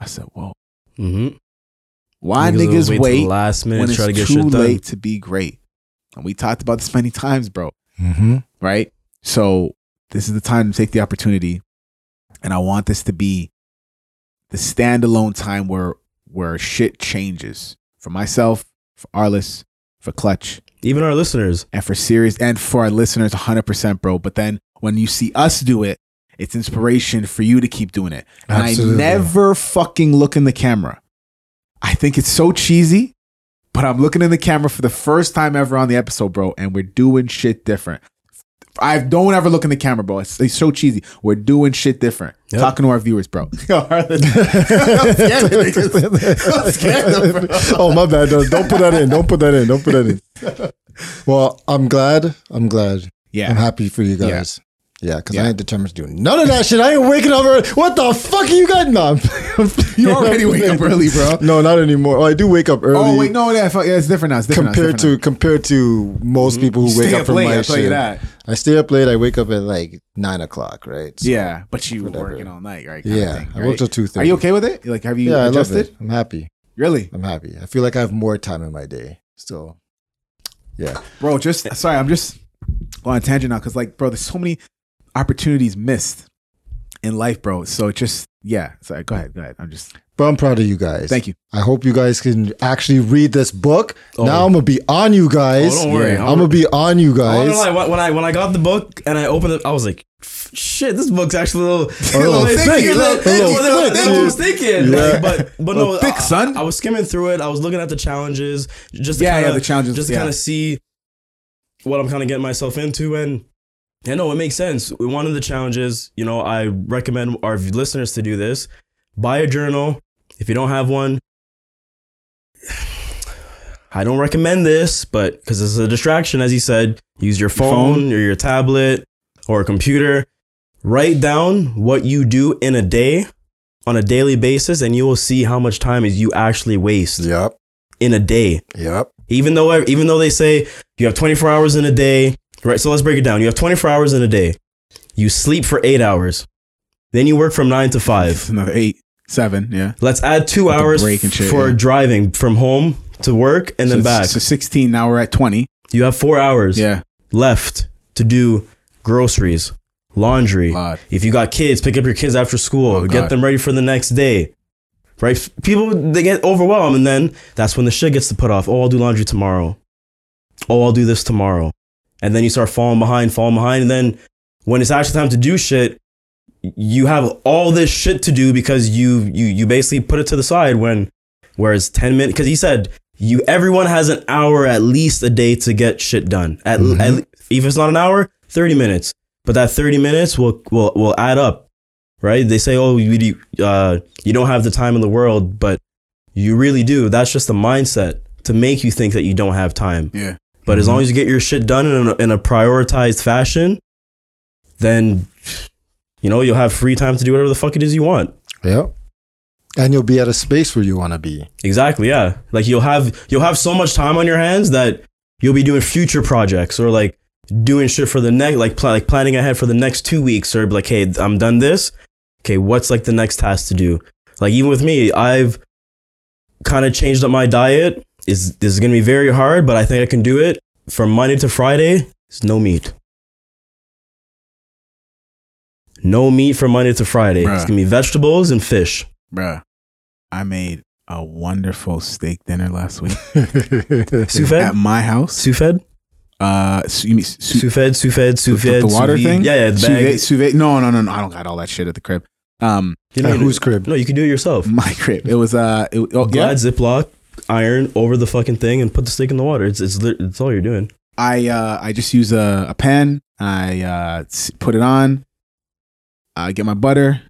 D: i said whoa
E: Mm-hmm.
D: why niggas,
E: till
D: wait
E: the last minute
D: when
E: to
D: it's
E: try to get
D: too
E: shit done.
D: late to be great and we talked about this many times bro
F: Mm-hmm.
D: right? So this is the time to take the opportunity, and I want this to be the standalone time where where shit changes for myself, for Arliss, for Clutch,
E: Even our listeners.
D: and for Sirius, and for our listeners, 100%, bro. But then when you see us do it, it's inspiration for you to keep doing it. And
F: Absolutely.
D: I never fucking look in the camera. I think it's so cheesy, but I'm looking in the camera for the first time ever on the episode, bro, and we're doing shit different. I don't ever look in the camera, bro. It's, it's so cheesy. We're doing shit different.
E: Yep.
D: Talking to our viewers, bro. Yo, Harlan. I'm scared of niggas. I'm scared of them, bro.
F: oh my bad. Don't, don't put that in. Don't put that in. Don't put that in. Well, I'm glad. I'm glad. I'm
D: Yeah.
F: happy for you
D: Yeah.
F: guys. Yeah, because
D: Yeah.
F: I ain't determined to do none of that shit. I ain't waking up early. What the fuck are you guys? No, I'm-
D: You already wake up early, bro.
F: No, not anymore. Oh, I do wake up early.
D: Oh, wait, no, yeah, fuck, yeah, it's different now. It's different now,
F: compared
D: it's different
F: to compared to most people who
D: now.
F: wake
D: Stay
F: up
D: up
F: from
D: late,
F: my
D: I'll tell you
F: shit.
D: that.
F: I stay up late. I wake up at like nine o'clock, right? So,
D: Yeah, but you were
F: Whatever.
D: working all night, right? kinda
F: yeah.
D: thing,
F: I worked
D: right?
F: till two thirty.
D: Are you okay with it? Like, have you
F: Yeah, I love
D: adjusted?
F: it. I'm happy.
D: Really,
F: I'm happy. I feel like I have more time in my day. So, yeah,
D: bro? Just sorry, I'm just going on a tangent now because, like, bro, there's so many opportunities missed in life, bro. So it just yeah. Sorry, go ahead, go ahead. I'm just
F: but I'm proud of you guys.
D: thank you.
F: I hope you guys can actually read this book.
E: Oh.
F: Now I'm gonna be on you guys.
E: Oh, don't worry. Oh,
F: I'm gonna be on you
E: I
F: guys.
E: don't know, like, when I when I got the book and I opened it, I was like, "Shit, this book's actually a little,
F: little thick,
E: a little
F: a little
E: more than I-
F: thick,
E: than I was
F: dude.
E: thinking." Like,
F: Yeah.
E: but but
D: A
E: no,
D: thick,
E: I-
D: son.
E: I, was skimming through it. I was looking at the challenges, just to
D: Yeah, yeah,
E: kinda-
D: the challenges,
E: just to
D: yeah.
E: kind of see what I'm kind of getting myself into and. Yeah, no, it makes sense. One of the challenges, you know, I recommend our listeners to do this. Buy a journal. If you don't have one, I don't recommend this, but because it's a distraction, as he said, use your phone,
D: phone.
E: or your tablet or a computer. Write down what you do in a day on a daily basis, and you will see how much time is you actually waste
F: Yep.
E: in a day.
F: Yep.
E: Even though even though they say you have 24 hours in a day, right? So let's break it down. You have 24 hours in a day. You sleep for eight hours. Then you work from nine to
D: It's
E: five.
D: another eight, seven, yeah.
E: Let's add two
D: With the
E: hours
D: break and shit,
E: for
D: yeah.
E: driving from home to work and then
D: so,
E: back.
D: So 16, now we're at 20.
E: You have four hours
D: Yeah.
E: left to do groceries, laundry.
D: Lot.
E: If you got kids, pick up your kids after school,
D: Oh,
E: get
D: God.
E: them ready for the next day. Right? F- People they get overwhelmed and then that's when the shit gets to put off. Oh, I'll do laundry tomorrow. Oh, I'll do this tomorrow. And then you start falling behind, falling behind, and then when it's actually time to do shit, you have all this shit to do because you you you basically put it to the side when whereas 10 minutes because he said you everyone has an hour at least a day to get shit done at,
D: Mm-hmm.
E: at le- if it's not an hour 30 minutes but that 30 minutes will will, will add up right they say oh you do- uh, you don't have the time in the world but you really do that's just the mindset to make you think that you don't have time
D: Yeah.
E: but
D: Mm-hmm.
E: as
F: Mm-hmm.
E: long as you get your shit done in a, in a prioritized fashion, then you know you'll have free time to do whatever the fuck it is you want.
F: Yep. And you'll be at a space where you want to be.
E: Exactly. Yeah. Like you'll have you'll have so much time on your hands that you'll be doing future projects or like doing shit for the next like pl- like planning ahead for the next two weeks or be like hey I'm done this. Okay, what's like the next task to do? Like even with me, I've kind of changed up my diet. Is this is gonna be very hard, but I think I can do it. From Monday to Friday, it's no meat. No meat from Monday to Friday. It's
D: Bruh.
E: gonna be vegetables and fish.
D: Bruh, I made a wonderful steak dinner last week
E: Sous
D: at
E: vide.
D: my house.
E: Sous vide.
D: Uh, su- you mean su-
E: Sous vide, sous vide, sous
D: with the,
E: vide.
D: the
E: sous
D: water
E: vide.
D: thing?
E: Yeah, yeah. The
D: Sous
E: bag.
D: vide- sous vide- No, no, no, no. I don't got all that shit at the crib. Um,
E: You know,
F: At whose crib?
E: no, you can do it yourself.
D: my crib. It was uh, it, oh, yeah.
E: Glad Ziploc, iron over the fucking thing, and put the steak in the water. It's it's lit- it's all you're doing.
D: I uh, I just use a, a pan. I uh, s- put it on. I get my butter,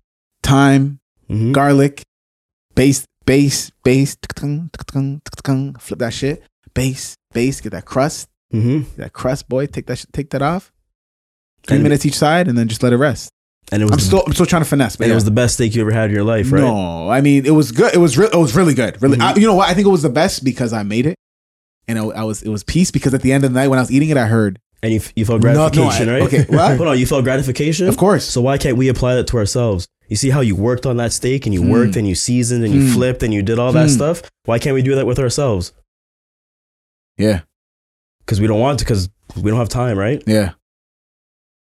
D: thyme,
E: Mhm.
D: garlic, base, base, base. tuk-tung, tuk-tung, tuk-tung, Flip that shit. Base, base. Get that crust.
E: Mhm.
D: that crust, boy. Take that, sh- take that off. Three
E: And-
D: minutes each side, and then just let it rest.
E: And it was
D: I'm
E: the-
D: still, I'm still trying to finesse, but
E: and
D: yeah.
E: it was the best steak you ever had in your life, right? Mm-hmm.
D: no. I mean, it was good. It was, re- it was really good. Really, I, you know what? I think it was the best because I made it, and I, I was, it was peace because at the end of the night when I was eating it, I heard,
E: And you, f- you felt
D: No, no,
E: gratification,
D: I-
E: right?
D: okay, what?
E: Hold on, you felt gratification.
D: of course,
E: So why can't we apply that to ourselves? You see how you worked on that steak and you
D: Hmm.
E: worked and you seasoned and you
D: Hmm.
E: flipped and you did all that
D: Hmm.
E: stuff. Why can't we do that with ourselves?
D: yeah,
E: Because we don't want to. Because we don't have time, right?
D: yeah.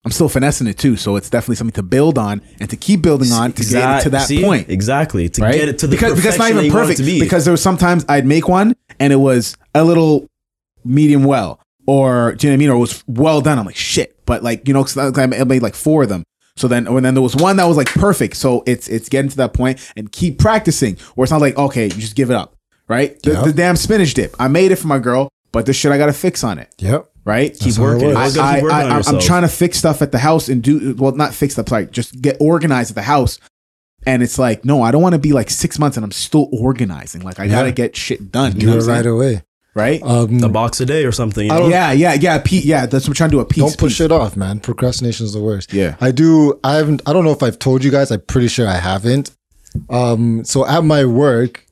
D: I'm still finessing it too, so it's definitely something to build on and to keep building on to get it to
E: Exact-
D: that
E: see?
D: point.
E: Exactly. To
D: right?
E: get it to the
D: because, because it's not
E: perfection that
D: even
E: you want it
D: perfect.
E: to be.
D: Because there was sometimes I'd make one and it was a little medium well, or do you know what I mean? Or it was well done. I'm like shit, but like you know, 'cause I I made like four of them. So then, and then there was one that was like perfect. So it's it's getting to that point and keep practicing. Where it's not like okay, you just give it up, right? The,
F: Yeah.
D: the damn spinach dip. I made it for my girl, but this shit I got to fix on it,
F: Yep.
D: right?
E: keep
F: how it
E: working.
F: works.
E: Always gotta
D: I,
E: keep working on
D: am
E: yourself.
D: trying to fix stuff at the house and do well, not fix stuff, like just get organized at the house. And it's like, no, I don't want to be like six months and I'm still organizing. Like I
F: Yeah.
D: gotta get shit done. You
F: Do
D: know
F: it
D: what I'm
F: right
D: saying?
F: away.
E: Uh,
D: Right?
F: Um,
E: a box a day or something. You know?
D: yeah, yeah, yeah. Pete, yeah, that's what I'm trying to do. A piece.
F: don't push
D: piece.
F: it off, man. Procrastination is the worst.
D: Yeah.
F: I do. I haven't. I don't know if I've told you guys. I'm pretty sure I haven't. Um. So at my work,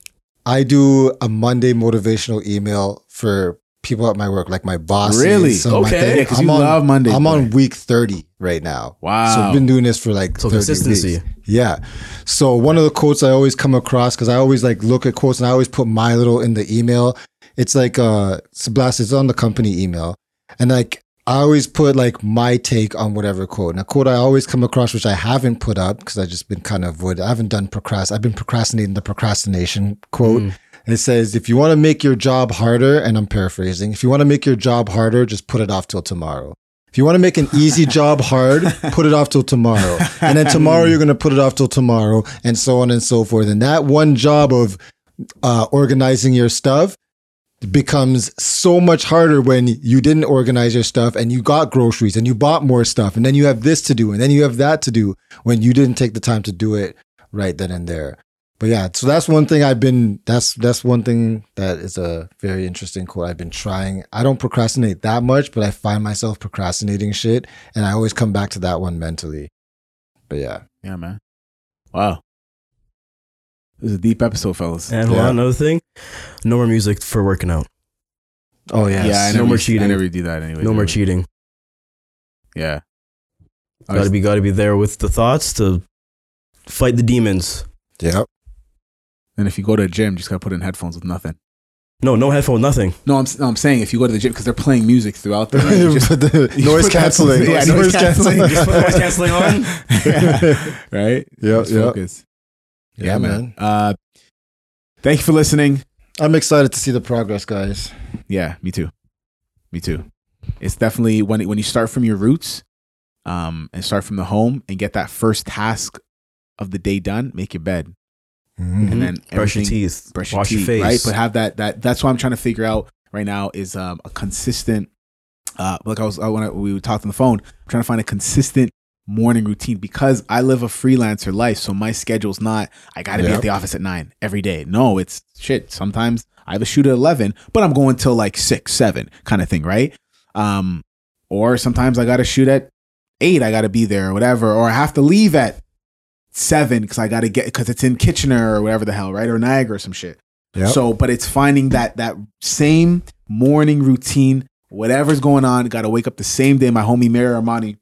F: I do a Monday motivational email for people at my work, like my boss.
D: Really?
E: Okay. Yeah,
D: 'cause you
F: on,
D: love Mondays,
F: I'm on
D: right?
F: week 30 right now.
D: Wow.
F: So I've been doing this for like
E: So
F: 30
E: consistency.
F: weeks. Yeah. So one of the quotes I always come across because I always like look at quotes and I always put my little in the email. It's like uh it's a blast. It's on the company email, and like I always put like my take on whatever quote. And a quote I always come across, which I haven't put up because I just been kind of avoid. I haven't done procrast. I've been procrastinating the procrastination quote.
E: Mm.
F: And it says, if you want to make your job harder, and I'm paraphrasing, if you want to make your job harder, just put it off till tomorrow. If you want to make an easy job hard, put it off till tomorrow. And then tomorrow you're going to put it off till tomorrow and so on and so forth. And that one job of uh, organizing your stuff becomes so much harder when you didn't organize your stuff and you got groceries and you bought more stuff and then you have this to do and then you have that to do when you didn't take the time to do it right then and there. But yeah, so that's one thing I've been that's that's one thing that is a very interesting quote I've been trying. I don't procrastinate that much, but I find myself procrastinating shit and I always come back to that one mentally. But yeah.
D: Yeah, man. Wow. This is a deep episode, fellas.
E: And hold
F: Yeah.
E: on, another thing, no more music for working out.
F: Oh yes.
D: Yeah, I
E: No
D: never,
E: more
D: I
E: cheating.
D: never do that anyway.
E: No more
D: dude.
E: cheating.
D: Yeah. I
E: Got to
D: was-
E: be, got to be there with the thoughts to fight the demons.
F: Yep.
D: And if you go to a gym, you just gotta put in headphones with nothing.
E: No, no headphone, nothing.
D: No, I'm no, I'm saying if you go to the gym because they're playing music throughout the night, you just-
F: But the
D: you
F: noise
D: put
F: canceling.
D: headphones- Yeah, noise canceling.
E: Just put noise canceling on.
D: Yeah, right.
F: Yeah,
D: Just
F: yeah.
D: focus. Yeah,
F: Yeah,
D: man.
F: man.
D: Uh, thank you for listening.
F: I'm excited to see the progress, guys.
D: Yeah, me too. Me too. It's definitely when when you start from your roots, um, and start from the home and get that first task of the day done. Make your bed and then
E: Brush your
D: everything-
E: teeth.
D: Mm-hmm. brush
E: wash your,
D: your teeth,
E: face.
D: right? But have that that that's what I'm trying to figure out right now is um, a consistent. Uh, like I was I, when I, we talked on the phone, I'm trying to find a consistent morning routine because I live a freelancer life, so my schedule's not I got to be
F: Yep.
D: at the office at nine every day. No, it's shit. Sometimes I have a shoot at eleven, but I'm going till like six, seven, kind of thing, right? Um, or sometimes I got to shoot at eight. I got to be there or whatever, or I have to leave at seven because I got to get because it's in Kitchener or whatever the hell, right? Or Niagara or some shit.
F: Yep.
D: So, but it's finding that that same morning routine, whatever's going on, got to wake up the same day. My homie Mayor Armani,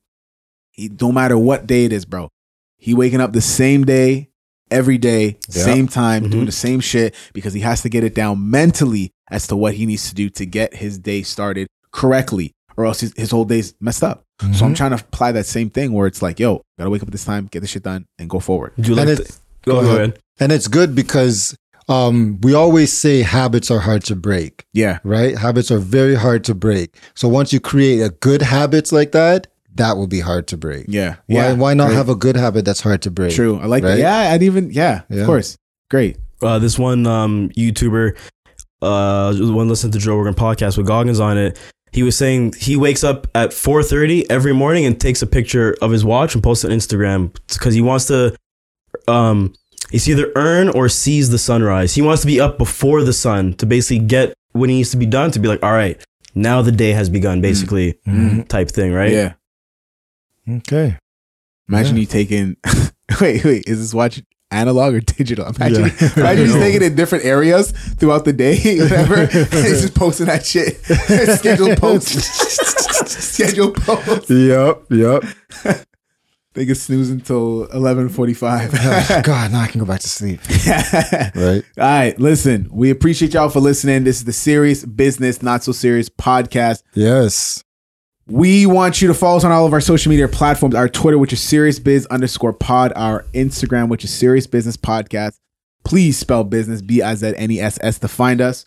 D: he don't matter what day it is, bro. He waking up the same day every day,
F: Yeah.
D: same time,
F: Mm-hmm.
E: Mhm.
D: doing the same shit because he has to get it down mentally as to what he needs to do to get his day started correctly, or else his, his whole day's messed up.
F: Mm-hmm.
D: So I'm trying to apply that same thing where it's like, yo, gotta wake up at this time, get this shit done, and go forward.
E: Do you like
F: And
E: the-
F: it's
E: go,
F: go
E: go
F: ahead.
E: ahead.
F: and it's good because um, we always say habits are hard to break.
D: Yeah,
F: right? Habits are very hard to break. So once you create a good habits like that, that will be hard to break.
D: yeah,
F: Why
D: yeah.
F: why not
D: Great.
F: have a good habit that's hard to break?
D: True. I like
F: Right?
D: that. Yeah, I'd even yeah,
F: Yeah.
D: of course. Great.
E: Uh, this one um, YouTuber, uh, one listening to Joe Rogan podcast with Goggins on it. He was saying he wakes up at 4:30 every morning and takes a picture of his watch and posts it on Instagram because he wants to. Um, he's either earn or sees the sunrise. He wants to be up before the sun to basically get what he needs to be done to be like, all right, now the day has begun, basically
F: Mhm.
E: type thing, right?
D: Yeah.
F: Okay.
D: Imagine you taking wait, wait, is this watch analog or digital? Imagine imagine he's taking it in different areas throughout the day, whatever. and he's just posting that shit. Scheduled posts. Scheduled posts.
F: Yep. Yep.
D: They can snooze until eleven forty five.
F: Oh, God, now I can go back to sleep. Right.
D: All right, listen. We appreciate y'all for listening. This is the Serious Business, Not So Serious podcast.
F: Yes.
D: We want you to follow us on all of our social media platforms. Our Twitter, which is SeriousBiz underscore pod. Our Instagram, which is Serious Business Podcast. Please spell business, B-I-Z-N-E-S-S E to find us.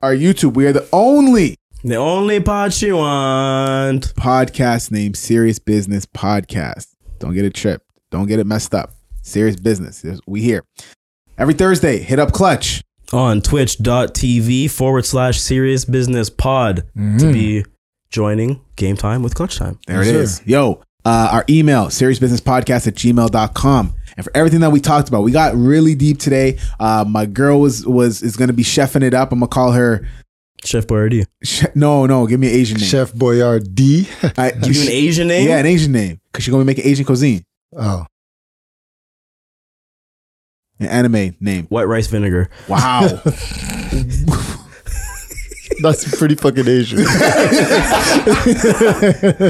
D: Our YouTube, we are the only
E: The only pot you want.
D: podcast named Serious Business Podcast. Don't get it tripped. Don't get it messed up. Serious Business. There's- We here. Every Thursday, hit up Clutch.
E: on twitch.tv forward slash serious business pod
D: Hmm.
F: Mm.
E: to be joining game time with clutch time
D: There
F: Yes,
D: it
F: sir.
D: is. Yo, uh, our email, seriousbusinesspodcast at gmail.com. And for everything that we talked about, we got really deep today. Uh, my girl was was is gonna be chefing it up. I'm gonna call her
E: chef boyardee
D: she- no, no, give me an Asian name.
F: Chef Boyard D.
D: I-
E: give you an asian name
D: Yeah, an Asian name. Cause she's gonna be making Asian cuisine.
F: Oh.
D: An anime name.
E: white rice vinegar
D: Wow.
F: That's pretty fucking Asian.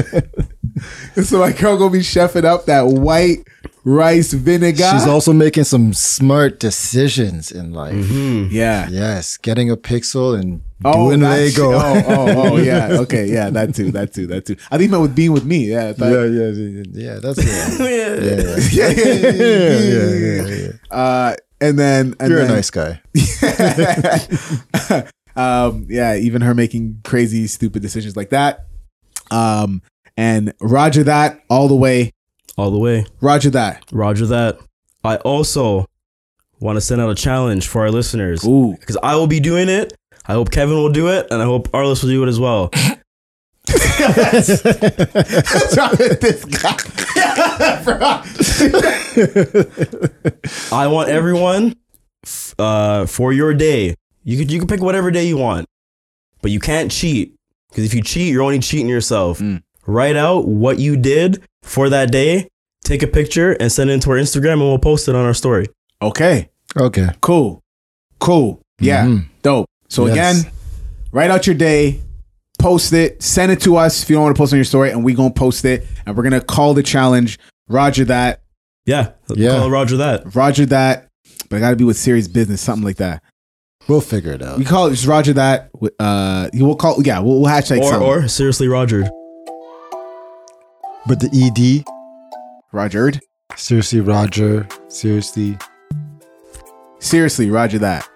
D: so my girl gonna be chefing up that white rice vinegar.
F: She's also making some smart decisions in life.
D: Hmm.
E: Mhm.
D: yeah. Oh,
F: Yes, getting a pixel and doing
D: that
F: Lego.
D: shit. Oh, oh, oh, yeah. Okay, yeah, that too, that too, that too. I think that with being with me. Yeah, I thought-
F: yeah, yeah, yeah, yeah. That's yeah, yeah, yeah,
D: yeah, yeah, yeah, yeah, yeah, yeah,
F: yeah, yeah.
D: Uh, and then and
F: You're a
D: then,
F: nice guy.
D: um, yeah, even her making crazy, stupid decisions like that. Um, and Roger that all the way.
E: all the way
D: Roger that.
E: roger that i also want to send out a challenge for our listeners
D: Ooh,
E: because i will be doing it i hope kevin will do it and i hope arliss will do it as well
D: this guy.
E: i want everyone f- uh, for your day you could you can pick whatever day you want but you can't cheat because if you cheat, you're only cheating yourself.
D: Mm.
E: Write out what you did for that day take a picture and send it into our Instagram, and we'll post it on our story.
D: Okay.
F: Okay.
D: Cool. Cool. Yeah.
E: Mm-hmm.
F: Mhm.
D: Dope. So
F: Yes.
D: again, write out your day, post it, send it to us if you don't want to post on your story, and we gonna post it, and we're gonna call the challenge. Roger that.
E: Yeah,
F: Yeah.
E: Call Roger that.
D: Roger that. But I gotta be with serious business, something like that.
F: We'll figure it out.
D: We call it just Roger that. Uh, we'll call yeah. We'll, we'll hashtag
E: Or,
D: something.
E: or seriously, Roger.
F: But the ED,
D: Rogered.
F: seriously, Roger, seriously,
D: Seriously, Roger that.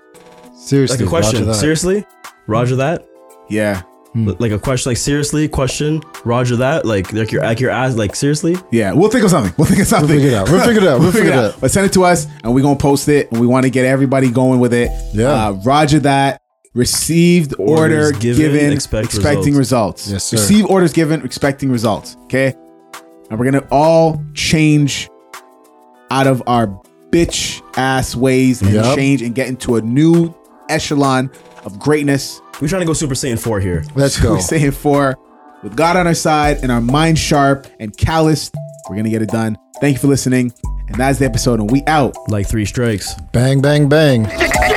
F: seriously.
E: Like a
F: Roger
E: question.
F: that. Hmm.
E: Seriously, Roger that.
D: Yeah.
E: L- Like a question. Like seriously, question. Roger that. Like like your like your ass. Like seriously.
D: Yeah, we'll think of something. We'll think of something.
F: figure it out. We'll figure it out. We'll figure it out.
D: But send it to us, and we're gonna post it, and we want to get everybody going with it.
F: Yeah.
D: Uh, Roger that. Received
E: Orders
D: order
E: given,
D: given,
E: expect
D: expecting results.
F: Yes, sir.
D: Receive orders given, expecting results. Okay, and we're gonna all change out of our bitch ass ways and
F: Yep.
D: change and get into a new echelon of greatness.
E: We're trying to go Super Saiyan four here.
F: Let's go.
D: We're saying for with God on our side and our mind sharp and calloused, we're gonna get it done. Thank you for listening, and that's the episode. And we out.
E: Like three strikes.
F: Bang, bang, bang.
A: Stick